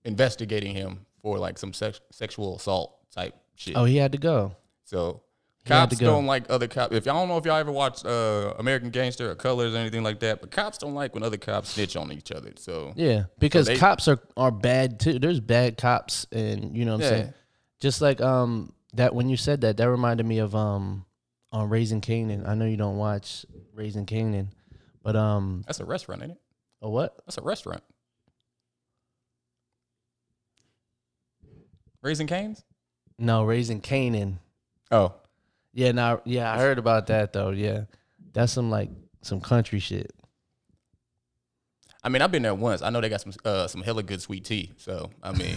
Speaker 1: investigating him for like some sex, sexual assault type shit.
Speaker 2: oh he had to go
Speaker 1: So
Speaker 2: had to
Speaker 1: cops
Speaker 2: go.
Speaker 1: don't like other cops. If y'all don't know if y'all ever watched uh, American Gangster or Colors or anything like that, but cops don't like when other cops snitch on each other. So
Speaker 2: yeah because
Speaker 1: they-
Speaker 2: cops are are bad too there's bad cops and you know what i'm
Speaker 1: Yeah.
Speaker 2: saying just like um that when you said that that reminded me of um on raising canaan i know you don't watch raising canaan but um
Speaker 1: that's a restaurant, ain't it?
Speaker 2: a what
Speaker 1: That's a restaurant. Raising Canes?
Speaker 2: no raising canaan
Speaker 1: Oh.
Speaker 2: Yeah, now yeah, I heard about that though. Yeah, that's some like some country shit.
Speaker 1: I mean, I've been there once. I know they got some uh, some hella good sweet tea. So I mean,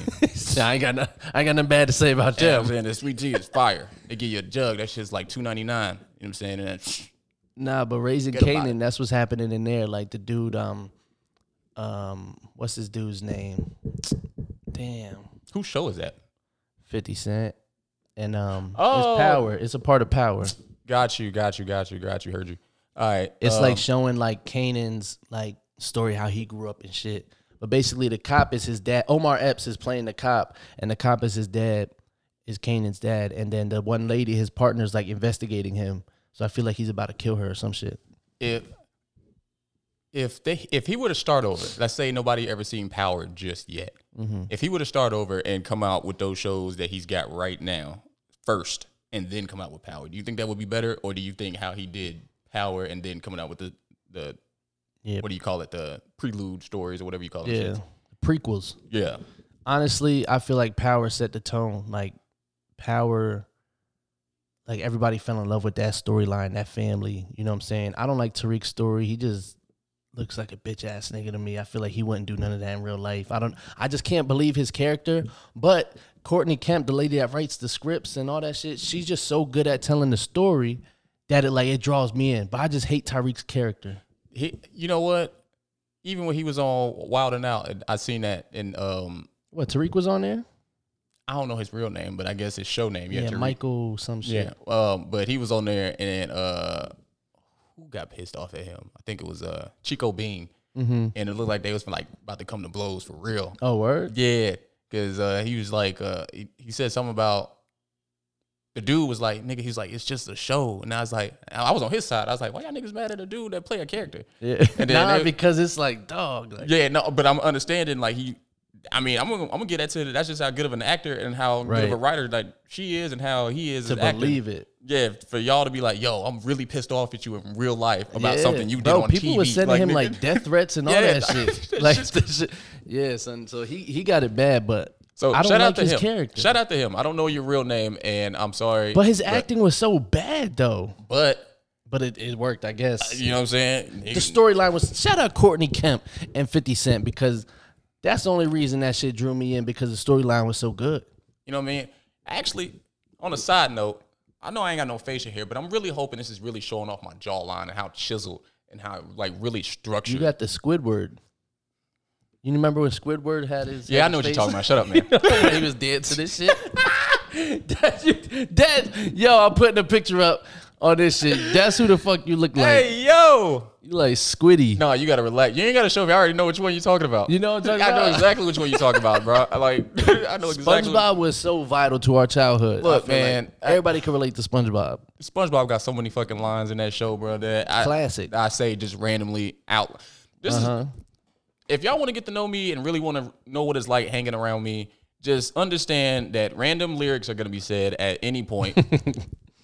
Speaker 2: [laughs] Nah, I ain't got no, I ain't got nothing bad to say
Speaker 1: [laughs]
Speaker 2: about
Speaker 1: yeah,
Speaker 2: them.
Speaker 1: I'm saying the sweet tea is fire. They give you a jug. That shit's like two ninety nine. You know what I'm saying? And that-
Speaker 2: Nah, but raising
Speaker 1: Forget about
Speaker 2: Canaan, that's what's happening in there. Like the dude, um, um, what's this dude's name? Damn,
Speaker 1: [sniffs] whose show is that?
Speaker 2: Fifty Cent, and um,
Speaker 1: Oh.
Speaker 2: it's power. It's a part of power.
Speaker 1: Got you, got you, got you, got you. Heard you. All right.
Speaker 2: It's
Speaker 1: um,
Speaker 2: like showing like Canaan's like story how he grew up and shit. But basically, the cop is his dad. Omar Epps is playing the cop, and the cop is his dad, is Canaan's dad. And then the one lady, his partner's like investigating him. So I feel like he's about to kill her or some shit.
Speaker 1: if if they if he were to start over, let's say nobody ever seen Power just yet.
Speaker 2: Mm-hmm.
Speaker 1: If he were to start over and come out with those shows that he's got right now first, and then come out with Power, do you think that would be better, or do you think how he did Power and then coming out with the the
Speaker 2: Yeah.
Speaker 1: what do you call it the prelude stories or whatever you call it?
Speaker 2: Yeah, prequels.
Speaker 1: yeah.
Speaker 2: honestly, I feel like Power set the tone. Like Power, like everybody fell in love with that storyline, that family. You know what I'm saying? I don't like Tariq's story. He just looks like a bitch ass nigga to me. I feel like he wouldn't do none of that in real life. I don't. I just can't believe his character. But Courtney Kemp, the lady that writes the scripts and all that shit, she's just so good at telling the story that it like it draws me in. But I just hate Tariq's character.
Speaker 1: He, you know what? Even when he was on Wild and Out, I seen that in um
Speaker 2: What Tariq was on there?
Speaker 1: I don't know his real name, but I guess his show name. You
Speaker 2: Yeah,
Speaker 1: have to read-
Speaker 2: Michael some shit.
Speaker 1: Yeah. Um, but he was on there and uh who got pissed off at him? I think it was uh Chico Bean. Mm-hmm. And it looked like they was like about to come to blows for real.
Speaker 2: Oh word.
Speaker 1: Yeah. Cause uh he was like uh he, he said something about the dude was like, nigga, he's like, it's just a show. And I was like, I was on his side. I was like, why y'all niggas mad at a dude that play a character?
Speaker 2: Yeah.
Speaker 1: And then
Speaker 2: nah,
Speaker 1: they-
Speaker 2: because it's like dog. Like,
Speaker 1: Yeah, no, but I'm understanding like he. I mean, I'm gonna, I'm gonna get that to that's just how good of an actor and how good of a
Speaker 2: Right.
Speaker 1: writer like she is and how he is
Speaker 2: to
Speaker 1: as acting.
Speaker 2: believe it.
Speaker 1: Yeah, for y'all to be like, yo, I'm really pissed off at you in real life about
Speaker 2: Yeah.
Speaker 1: something you did
Speaker 2: Bro,
Speaker 1: on
Speaker 2: people
Speaker 1: TV.
Speaker 2: were sending him
Speaker 1: nigga,
Speaker 2: like death threats and all
Speaker 1: Yeah. [laughs]
Speaker 2: that shit. Like, the shit. yeah, son. So he he got it bad, but
Speaker 1: so
Speaker 2: I don't
Speaker 1: shout
Speaker 2: like
Speaker 1: out to
Speaker 2: his
Speaker 1: him.
Speaker 2: character.
Speaker 1: Shout out to him. I don't know your real name, and I'm sorry,
Speaker 2: but his acting was so bad though. [laughs]
Speaker 1: but
Speaker 2: But it, it worked, I guess.
Speaker 1: you know what I'm saying.
Speaker 2: the storyline was shout out Courtney Kemp and Fifty Cent because that's the only reason that shit drew me in because the storyline was so good.
Speaker 1: You know what I mean? Actually, on a side note, I know I ain't got no facial hair, but I'm really hoping this is really showing off my jawline and how chiseled and how like really structured.
Speaker 2: You got the Squidward. You remember when Squidward had his
Speaker 1: yeah, I know what you're
Speaker 2: face?
Speaker 1: talking about. Shut up,
Speaker 2: [laughs]
Speaker 1: man.
Speaker 2: when he was dancing and shit. [laughs] that, that- yo, I'm putting a picture up on this shit. That's who the fuck you look like.
Speaker 1: hey, yo.
Speaker 2: You like Squiddy.
Speaker 1: No, you gotta relax. You ain't gotta show me. I already know which one you're talking about.
Speaker 2: You know what I'm talking
Speaker 1: I know
Speaker 2: about?
Speaker 1: exactly which one you're talking about,
Speaker 2: [laughs]
Speaker 1: bro. I like [laughs] I know exactly.
Speaker 2: SpongeBob was so vital to our childhood.
Speaker 1: Look,
Speaker 2: I feel like
Speaker 1: man, I-
Speaker 2: everybody can relate to SpongeBob.
Speaker 1: SpongeBob got so many fucking lines in that show, bro. That I,
Speaker 2: Classic.
Speaker 1: I say just randomly out. This is if y'all want to get to know me and really want to know what it's like hanging around me. Just understand that random lyrics are gonna be said at any point.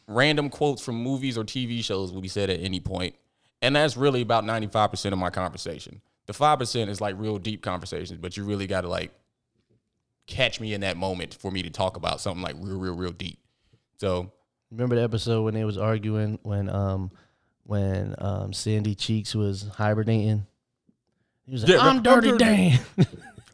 Speaker 1: random quotes from movies or TV shows will be said at any point, and that's really about ninety five percent of my conversation. The five percent is like real deep conversations, but you really gotta like catch me in that moment for me to talk about something like real, real, real deep. So
Speaker 2: Remember the episode when they was arguing when um when um Sandy Cheeks was hibernating? He was like,
Speaker 1: Yeah,
Speaker 2: I'm
Speaker 1: I'm
Speaker 2: dirty
Speaker 1: Dirty
Speaker 2: Dan.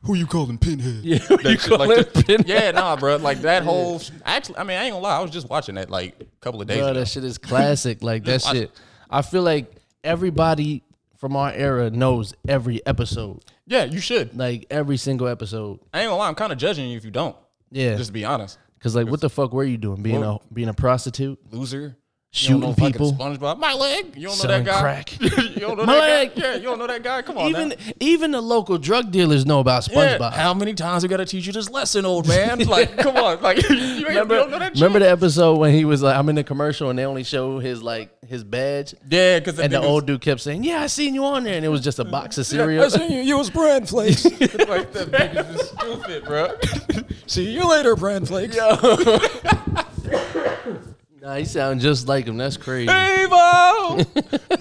Speaker 3: Who
Speaker 2: [laughs]
Speaker 3: you calling Pinhead?
Speaker 2: yeah, what you call
Speaker 1: like
Speaker 2: it? Pin-
Speaker 1: yeah, nah, bro. Like that whole. Actually, I mean, I ain't gonna lie. I was just watching that like a couple of days
Speaker 2: Bro,
Speaker 1: ago.
Speaker 2: that shit is classic. Like that shit. I feel like everybody from our era knows every episode.
Speaker 1: Yeah, you should.
Speaker 2: Like every single episode.
Speaker 1: I ain't gonna lie. I'm kind of judging you if you don't.
Speaker 2: Yeah.
Speaker 1: Just to be honest,
Speaker 2: Cause like what the fuck were you doing? Being a being a prostitute?
Speaker 1: loser. You don't know fucking
Speaker 2: Shooting people.
Speaker 1: SpongeBob. My leg. You don't know
Speaker 2: Selling
Speaker 1: that guy. [laughs]
Speaker 2: crack.
Speaker 1: you don't know
Speaker 2: My
Speaker 1: that
Speaker 2: leg.
Speaker 1: guy. Yeah, you don't know that guy. Come on.
Speaker 2: Even
Speaker 1: now.
Speaker 2: even the local drug dealers know about
Speaker 1: Yeah,
Speaker 2: SpongeBob.
Speaker 1: How many times we gotta teach you this lesson, old man?
Speaker 2: [laughs]
Speaker 1: Like, come on. Like, [laughs] you, ain't, you don't know that. shit?
Speaker 2: Remember the episode when he was like, I'm in the commercial and they only show his like his badge?
Speaker 1: Yeah, because
Speaker 2: And the
Speaker 1: [laughs]
Speaker 2: old dude kept saying, Yeah, I seen you on there and it was just a box of cereal.
Speaker 1: you. You was brand flakes. [laughs] like that nigga's just stupid, bro. [laughs] See you later, brand flakes.
Speaker 2: [laughs] nah, he sound just like him. That's
Speaker 1: [laughs]
Speaker 2: crazy.
Speaker 1: Devo.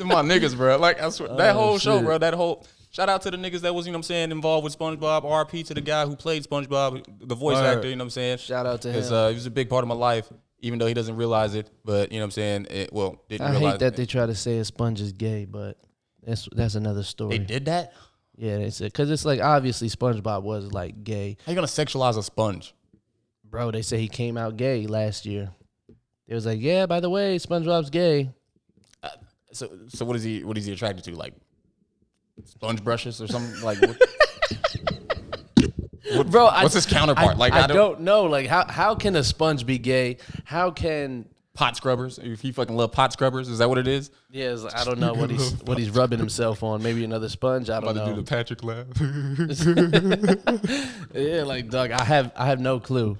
Speaker 1: my niggas, bro. Like I swear, that
Speaker 2: Oh,
Speaker 1: whole show,
Speaker 2: shit.
Speaker 1: bro. That whole shout out to the niggas that was, you know, what I'm saying, involved with SpongeBob. RP to the guy who played SpongeBob, the voice
Speaker 2: Word.
Speaker 1: actor. You know what I'm saying?
Speaker 2: Shout out to him.
Speaker 1: It's, uh, he was a big part of my life, even though he doesn't realize it. But you know what I'm saying? It, well, didn't
Speaker 2: I
Speaker 1: realize
Speaker 2: hate that
Speaker 1: it.
Speaker 2: they try to say a sponge is gay, but that's that's another story.
Speaker 1: They did that.
Speaker 2: Yeah, it's because it's like obviously SpongeBob was like gay,
Speaker 1: How you gonna sexualize a sponge?
Speaker 2: bro. They say he came out gay last year. It was like, yeah, by the way, SpongeBob's gay.
Speaker 1: Uh, So so what is he what is he attracted to? Like sponge brushes or something? Like what, what-
Speaker 2: bro. [laughs] I-
Speaker 1: what's his counterpart?
Speaker 2: I,
Speaker 1: like
Speaker 2: I, don't know. Like how how can a sponge be gay? How can
Speaker 1: pot scrubbers. If he fucking love pot scrubbers, is that what it is?
Speaker 2: yeah? it's like, I don't know what he's what he's rubbing himself on. Maybe another sponge. I don't
Speaker 3: About to do
Speaker 1: [laughs]
Speaker 2: know.
Speaker 3: the Patrick laugh.
Speaker 2: [laughs] Yeah, like Doug, I have I have no clue.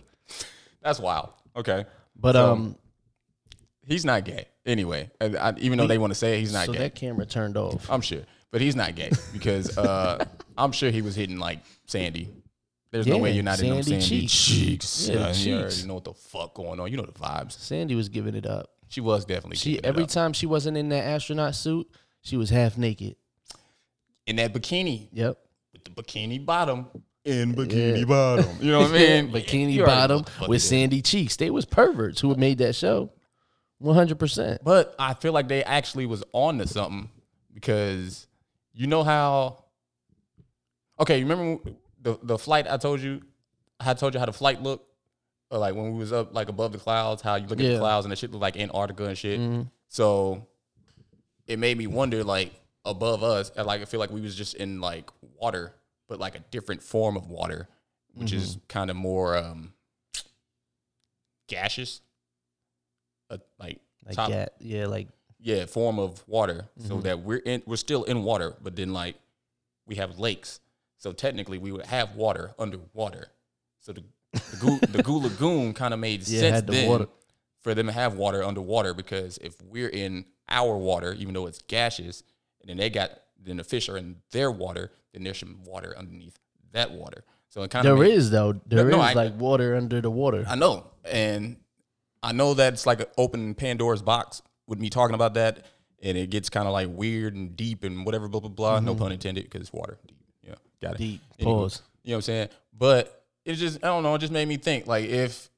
Speaker 1: That's wild. Okay,
Speaker 2: But
Speaker 1: So,
Speaker 2: um,
Speaker 1: he's not gay anyway. I, I, even though they want to say it, he's not
Speaker 2: so
Speaker 1: gay.
Speaker 2: that camera turned off.
Speaker 1: I'm sure, but he's not gay because uh, [laughs] I'm sure he was hitting like Sandy. There's no
Speaker 2: Yeah,
Speaker 1: way you're not in them
Speaker 2: Sandy
Speaker 1: Sandy
Speaker 2: cheeks.
Speaker 1: cheeks.
Speaker 2: Yeah,
Speaker 1: son. You
Speaker 2: cheeks.
Speaker 1: already know what the fuck going on. You know the vibes.
Speaker 2: Sandy was giving it up.
Speaker 1: She was definitely
Speaker 2: She every time she wasn't in that astronaut suit, she was half naked.
Speaker 1: in that bikini
Speaker 2: Yep.
Speaker 1: with the bikini bottom.
Speaker 3: In bikini bottom.
Speaker 1: You know
Speaker 2: [laughs]
Speaker 1: what I mean?
Speaker 2: Bikini
Speaker 1: You already know
Speaker 2: bottom
Speaker 1: what the fuck
Speaker 2: with
Speaker 1: it is.
Speaker 2: sandy cheeks. They was perverts who made that show. One hundred percent.
Speaker 1: But I feel like they actually was on to something because you know how Okay, you remember the the flight I told you I told you how the flight looked? Or like when we was up like above the clouds, how you look at
Speaker 2: Yeah. Mm-hmm.
Speaker 1: the clouds and the shit look like Antarctica and shit. So it made me wonder like above us, and like I feel like we was just in like water, but like a different form of water, which
Speaker 2: Mm-hmm.
Speaker 1: is kind of more um gaseous. Uh, like
Speaker 2: Like
Speaker 1: top-
Speaker 2: that. Yeah, like
Speaker 1: yeah, form of water, so
Speaker 2: Mm-hmm.
Speaker 1: that we're in, we're still in water, but then like we have lakes, so technically we would have water underwater. So the the goo, the
Speaker 2: [laughs]
Speaker 1: goo lagoon kind of made
Speaker 2: Yeah,
Speaker 1: sense
Speaker 2: had the
Speaker 1: then
Speaker 2: water.
Speaker 1: for them to have water underwater because if we're in our water, even though it's gaseous, and then they got then the fish are in their water, then there's some water underneath that water. So it kind of
Speaker 2: there is though. There is
Speaker 1: no, I-
Speaker 2: like water under the water.
Speaker 1: I know, and I know that it's like an open Pandora's box with me talking about that, and it gets kind of like weird and deep and whatever, blah blah blah. No pun intended, because it's water. Deep. Yeah, got it.
Speaker 2: Mm-hmm. Deep.
Speaker 1: Anyway,
Speaker 2: Pause.
Speaker 1: You know what I'm saying? But it just I don't know. It just made me think like if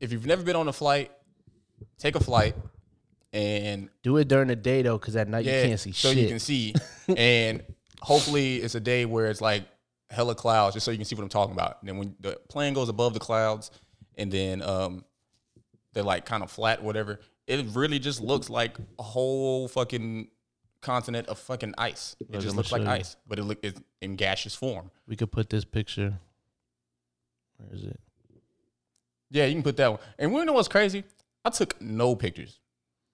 Speaker 1: if you've never been on a flight, take a flight and
Speaker 2: Do it during the day though, because at night
Speaker 1: yeah,
Speaker 2: you can't see
Speaker 1: so
Speaker 2: shit.
Speaker 1: you can
Speaker 2: [laughs]
Speaker 1: see, and hopefully it's a day where it's like hella clouds, just so you can see what I'm talking about. And then when the plane goes above the clouds, and then um, they're like kind of flat, whatever. It really just looks like a whole fucking continent of fucking ice. It
Speaker 2: Look,
Speaker 1: just
Speaker 2: I'ma
Speaker 1: looks like
Speaker 2: show you.
Speaker 1: ice, but it look it's in gaseous form.
Speaker 2: we could put this picture. Where is it?
Speaker 1: Yeah, you can put that one. And we know what's crazy? I took no pictures.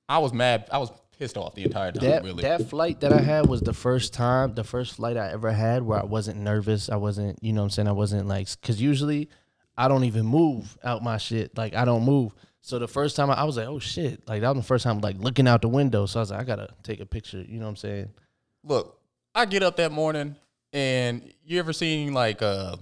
Speaker 1: I was mad. I was pissed off the entire time.
Speaker 2: That
Speaker 1: really,
Speaker 2: that flight that I had was the first time, the first flight I ever had where I wasn't nervous. I wasn't, you know what I'm saying? I wasn't like cuz usually I don't even move out my shit. Like I don't move. So the first time I, I was like, "Oh shit." Like that was the first time like looking out the window. So I was like, "I got to take a picture." You know what I'm saying?
Speaker 1: look, I get up that morning and you ever seen like uh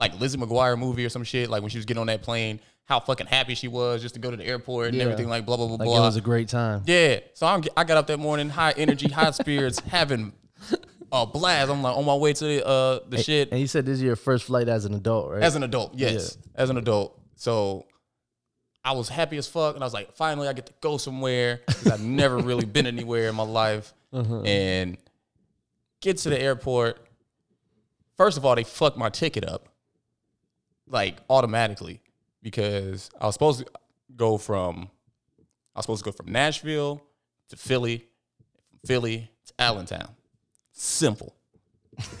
Speaker 1: like Lizzie McGuire movie or some shit, like when she was getting on that plane, how fucking happy she was just to go to the airport and
Speaker 2: Yeah.
Speaker 1: everything, like blah blah blah
Speaker 2: Like
Speaker 1: blah.
Speaker 2: it was a great time.
Speaker 1: yeah. So I'm, I got up that morning, high energy, high spirits, [laughs] having a blast. I'm like on my way to the uh the shit
Speaker 2: And you said this is your first flight as an adult, right?
Speaker 1: as an adult, yes. As an adult. So I was happy as fuck and I was like, finally I get to go somewhere 'cause I've never really been anywhere in my life. And get to the airport. First of all, they fucked my ticket up. Like automatically. Because I was supposed to go from I was supposed to go from Nashville to Philly, Philly to Allentown. Simple.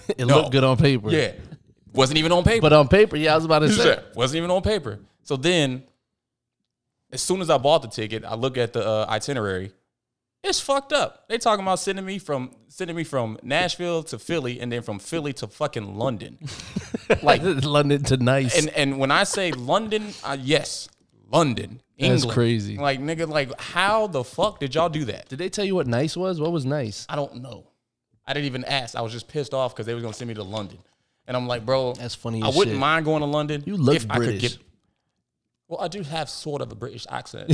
Speaker 2: it
Speaker 1: No.
Speaker 2: looked good on paper.
Speaker 1: Yeah. Wasn't even on paper.
Speaker 2: But on paper, yeah, I was about to say.
Speaker 1: Wasn't even on paper. So then, as soon as I bought the ticket, I look at the uh, itinerary. It's fucked up. They talking about sending me from sending me from Nashville to Philly, and then from Philly to fucking
Speaker 2: [laughs]
Speaker 1: London.
Speaker 2: Like [laughs] London to nice.
Speaker 1: And and when I say London, uh, yes, London, England.
Speaker 2: That's crazy.
Speaker 1: Like nigga, like how the fuck did y'all do that?
Speaker 2: Did they tell you what nice was? What
Speaker 1: [laughs]
Speaker 2: was nice? [laughs]
Speaker 1: I don't know. I didn't even ask. I was just pissed off because they was gonna send me to London, and I'm like, bro,
Speaker 2: That's funny
Speaker 1: I
Speaker 2: as
Speaker 1: wouldn't
Speaker 2: shit.
Speaker 1: mind going to London.
Speaker 2: You look British.
Speaker 1: Well, I do have sort of a British
Speaker 2: [laughs]
Speaker 1: accent.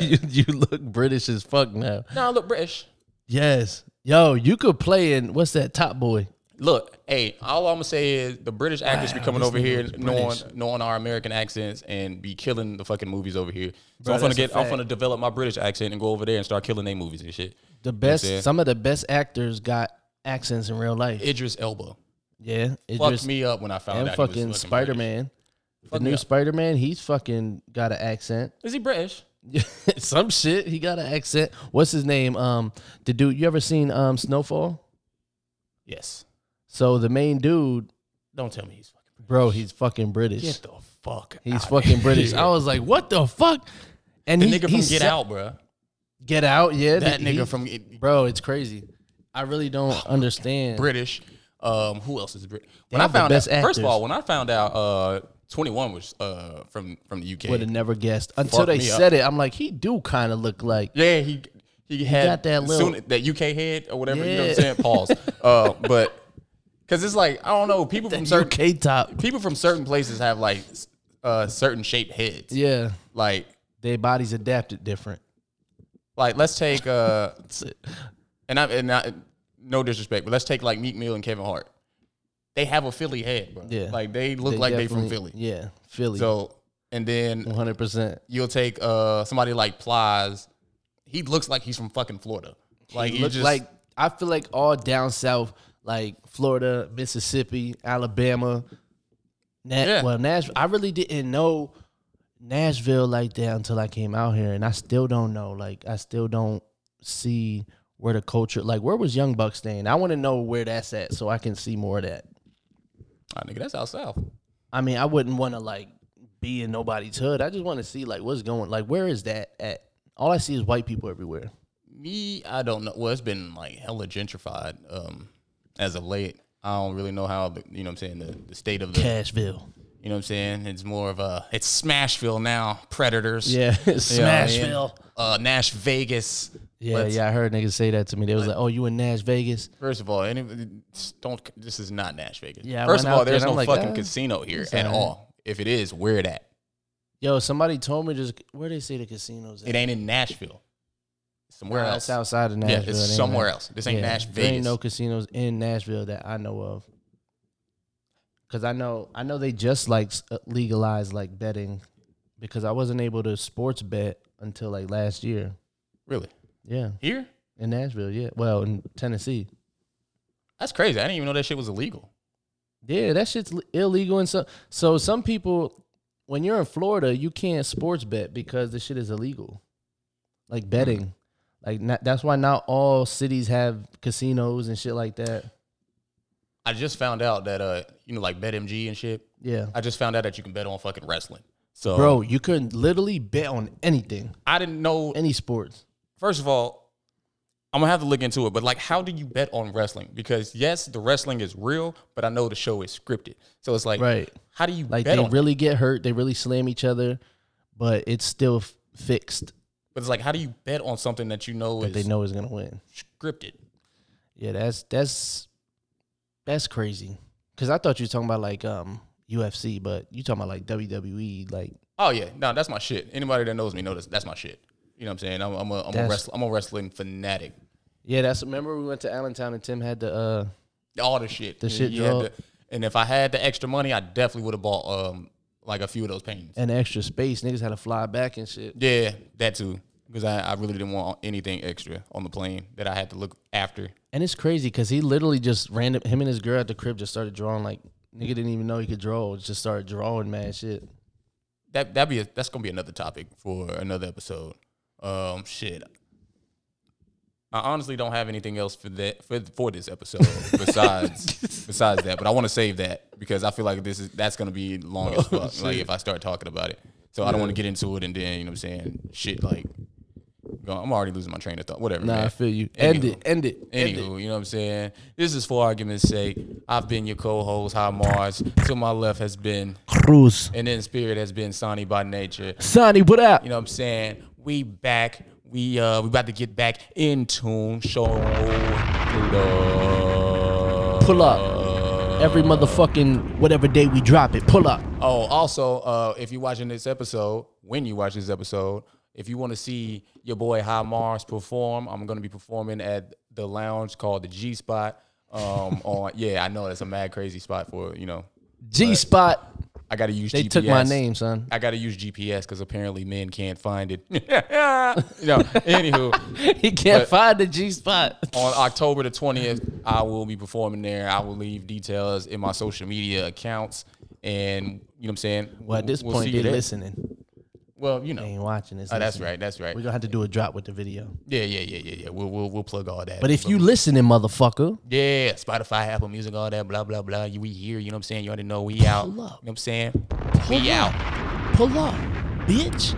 Speaker 2: you, you look British as fuck now.
Speaker 1: no, I look British.
Speaker 2: Yes. Yo, you could play in what's that top boy?
Speaker 1: Look, hey, all I'm gonna say is the British actors be coming
Speaker 2: this
Speaker 1: over
Speaker 2: nigga
Speaker 1: here
Speaker 2: is
Speaker 1: knowing
Speaker 2: British.
Speaker 1: knowing our American accents and be killing the fucking movies over here. So
Speaker 2: Bro,
Speaker 1: I'm gonna
Speaker 2: that's a
Speaker 1: get I'm
Speaker 2: fact.
Speaker 1: gonna develop my British accent and go over there and start killing their movies and shit.
Speaker 2: The best
Speaker 1: saying?
Speaker 2: some of the best actors got accents in real life.
Speaker 1: Idris Elba
Speaker 2: yeah, it
Speaker 1: fucked
Speaker 2: just
Speaker 1: me up when I found
Speaker 2: and
Speaker 1: out. he
Speaker 2: fucking
Speaker 1: was
Speaker 2: Spider Man. The
Speaker 1: Fuck me
Speaker 2: new
Speaker 1: up.
Speaker 2: Spider Man, he's fucking got an accent. [laughs]
Speaker 1: British. Is he British?
Speaker 2: Some shit. He got an accent. What's his name? Um, the dude. You ever seen um Snowfall?
Speaker 1: Yes.
Speaker 2: So the main dude,
Speaker 1: Don't tell me he's fucking. British.
Speaker 2: bro, he's fucking British.
Speaker 1: Get the fuck.
Speaker 2: He's
Speaker 1: out
Speaker 2: fucking British.
Speaker 1: here.
Speaker 2: I was like, what the fuck? And
Speaker 1: the
Speaker 2: he,
Speaker 1: nigga
Speaker 2: he
Speaker 1: from Get
Speaker 2: sa-
Speaker 1: Out, bro.
Speaker 2: Get out. Yeah,
Speaker 1: That
Speaker 2: he-
Speaker 1: nigga
Speaker 2: he-
Speaker 1: from
Speaker 2: Bro, it's crazy. I really
Speaker 1: [sighs]
Speaker 2: don't understand.
Speaker 1: British. Um, who else is British? When
Speaker 2: They
Speaker 1: I
Speaker 2: have the
Speaker 1: found
Speaker 2: best
Speaker 1: out, first of
Speaker 2: actors.
Speaker 1: all, when I found out, uh, Twenty One was uh from from the UK.
Speaker 2: Would have never guessed until
Speaker 1: Fucked
Speaker 2: they
Speaker 1: me up.
Speaker 2: said it. I'm like, he do kind of look like. [laughs]
Speaker 1: Yeah, he he had
Speaker 2: got that
Speaker 1: as
Speaker 2: little-
Speaker 1: soon- that UK head or whatever. You know what
Speaker 2: Yeah.
Speaker 1: I'm saying? Pause.
Speaker 2: [laughs]
Speaker 1: uh, but because it's like I don't know, people from certain
Speaker 2: UK top.
Speaker 1: people from certain places have like s- uh certain shaped heads.
Speaker 2: Yeah,
Speaker 1: Like
Speaker 2: their bodies adapted different.
Speaker 1: like let's take uh
Speaker 2: That's it.
Speaker 1: and I and I, no disrespect, but let's take like Meek Mill and Kevin Hart. They have a Philly head, bro.
Speaker 2: Yeah.
Speaker 1: Like they look
Speaker 2: They
Speaker 1: like they from
Speaker 2: definitely-
Speaker 1: Philly.
Speaker 2: Yeah, Philly.
Speaker 1: So and then
Speaker 2: 100. percent
Speaker 1: you'll take uh somebody like Plies. He looks like he's from fucking Florida. Like he,
Speaker 2: Look
Speaker 1: just
Speaker 2: like I feel like all down south, like Florida, Mississippi, Alabama. Na-
Speaker 1: Yeah.
Speaker 2: Well, Nashville. I really didn't know Nashville like that until I came out here, and I still don't know. Like I still don't see where the culture. Like where was Young Buck staying? I want to know where that's at so I can see more of that.
Speaker 1: Ah, nigga, that's out south.
Speaker 2: I mean, I wouldn't want to like be in nobody's hood. I just want to see like what's going. Like where is that at? All I see is white people everywhere.
Speaker 1: Me, I don't know. Well, it's been like hella gentrified um, as of late. I don't really know how, the, you know what I'm saying, the, the state of the,
Speaker 2: Cashville.
Speaker 1: you know what I'm saying? It's more of a, it's Smashville now, Predators. You
Speaker 2: Yeah,
Speaker 1: know what I mean?
Speaker 2: Smashville.
Speaker 1: Uh, Nash Vegas.
Speaker 2: Yeah,
Speaker 1: Let's-
Speaker 2: yeah, I heard niggas say that to me. They was like, "Oh, you in Nash Vegas?"
Speaker 1: First of all, anybody, don't, this is not Nash Vegas.
Speaker 2: Yeah, I
Speaker 1: First of
Speaker 2: went out
Speaker 1: all,
Speaker 2: there
Speaker 1: there's
Speaker 2: and
Speaker 1: no
Speaker 2: I'm like,
Speaker 1: fucking
Speaker 2: ah,
Speaker 1: casino here
Speaker 2: it's
Speaker 1: at
Speaker 2: alright.
Speaker 1: all. If it is, where it at?
Speaker 2: Yo, somebody told me just where they say the casinos. At?
Speaker 1: It ain't in Nashville. It's somewhere
Speaker 2: Uh,
Speaker 1: else.
Speaker 2: It's outside of Nashville.
Speaker 1: Yeah, it's
Speaker 2: It ain't
Speaker 1: somewhere
Speaker 2: like-
Speaker 1: else. This ain't
Speaker 2: Yeah,
Speaker 1: Nash
Speaker 2: There ain't
Speaker 1: Vegas.
Speaker 2: no casinos in Nashville that I know of. Cause I know, I know they just like s- uh, legalized like betting, because I wasn't able to sports bet until like last year.
Speaker 1: really?
Speaker 2: Yeah,
Speaker 1: Here?
Speaker 2: in Nashville. Yeah, well, in Tennessee.
Speaker 1: That's crazy. I didn't even know that shit was illegal.
Speaker 2: Yeah, that shit's l- illegal and so so some people when you're in Florida, you can't sports bet because the shit is illegal. Like betting. Like not, that's why not all cities have casinos and shit like that.
Speaker 1: I just found out that uh, you know, like BetMG and shit.
Speaker 2: Yeah.
Speaker 1: I just found out that you can bet on fucking wrestling. So,
Speaker 2: Bro, you couldn't literally bet on anything,
Speaker 1: I didn't know.
Speaker 2: any sports.
Speaker 1: First of all, I'm gonna have to look into it. But like, how do you bet on wrestling? Because yes, the wrestling is real, but I know the show is scripted. So it's like,
Speaker 2: Right.
Speaker 1: How do you
Speaker 2: Like
Speaker 1: bet
Speaker 2: they
Speaker 1: on? it?
Speaker 2: really get hurt, they really slam each other, but it's still f- fixed
Speaker 1: But it's like, how do you bet on something that you know
Speaker 2: that
Speaker 1: is
Speaker 2: they know is going to win.
Speaker 1: scripted?
Speaker 2: Yeah, that's that's that's crazy. Cause I thought you were talking about like um UFC, but you talking about like WWE, like
Speaker 1: Oh yeah, no, that's my shit. Anybody that knows me knows that's my shit. You know what I'm saying? I'm, I'm a I'm a,
Speaker 2: That's-
Speaker 1: wrestl- I'm a wrestling fanatic.
Speaker 2: yeah. That's remember we went to Allentown and Tim had the uh
Speaker 1: all the shit.
Speaker 2: The shit,
Speaker 1: had
Speaker 2: dog.
Speaker 1: to- and if I had the extra money, I definitely would have bought um like a few of those paintings.
Speaker 2: an extra space. Niggas had to fly back and shit.
Speaker 1: Yeah, that too. Because I, I really didn't want anything extra on the plane that I had to look after.
Speaker 2: And it's crazy because he literally just random him and his girl at the crib just started drawing like nigga didn't even know he could draw. Just started drawing mad shit.
Speaker 1: That that be a, that's gonna be another topic for another episode. Um, shit. I honestly don't have anything else for that for for this
Speaker 2: [laughs]
Speaker 1: episode besides besides that. But I want to save that because I feel like this is that's gonna be long
Speaker 2: Oh,
Speaker 1: as fuck. Like if I start talking about it, so I don't want to get into it and then you know what I'm saying shit like. go- I'm already losing my train of thought. Whatever.
Speaker 2: Nah,
Speaker 1: man.
Speaker 2: I feel you.
Speaker 1: Anywho.
Speaker 2: End it. End it. End it.
Speaker 1: Anywho, you know what I'm saying? This is for argument's sake. I've been your co-host, High Mars. To my left has been,
Speaker 2: Cruz.
Speaker 1: and in spirit has been Sonny by nature.
Speaker 2: Sonny, what up?
Speaker 1: You know what I'm saying? We back. We uh we about to get back in tune. Show love.
Speaker 2: Pull up. Every motherfucking whatever day we drop it, pull up.
Speaker 1: Oh, also, uh, if you're watching this episode, when you watch this episode, if you want to see your boy High Mars perform, I'm gonna be performing at the lounge called the G Spot. Um, [laughs] on yeah, I know that's a mad crazy spot for you know.
Speaker 2: G spot.
Speaker 1: I gotta use.
Speaker 2: They
Speaker 1: GPS.
Speaker 2: took my name, son.
Speaker 1: I gotta use GPS because apparently men can't find it. [laughs] no, anywho,
Speaker 2: [laughs] he can't
Speaker 1: But-
Speaker 2: find the G spot.
Speaker 1: on October the 20th, I will be performing there. I will leave details in my social media accounts. And you know what I'm saying?
Speaker 2: Well, at this
Speaker 1: We'll see
Speaker 2: point,
Speaker 1: you
Speaker 2: they're
Speaker 1: there.
Speaker 2: listening.
Speaker 1: Well, you
Speaker 2: They
Speaker 1: know.
Speaker 2: ain't watching this.
Speaker 1: Oh, that's right. That's right.
Speaker 2: We're gonna have to do a drop with the video.
Speaker 1: Yeah, yeah, yeah, yeah, yeah. We'll we'll, we'll plug all that.
Speaker 2: But if you listening, motherfucker,
Speaker 1: yeah, Spotify, Apple Music, all that, blah blah blah. You we here. You know what I'm saying? You already know we out. You know
Speaker 2: up.
Speaker 1: what I'm saying? We out.
Speaker 2: pull up, bitch.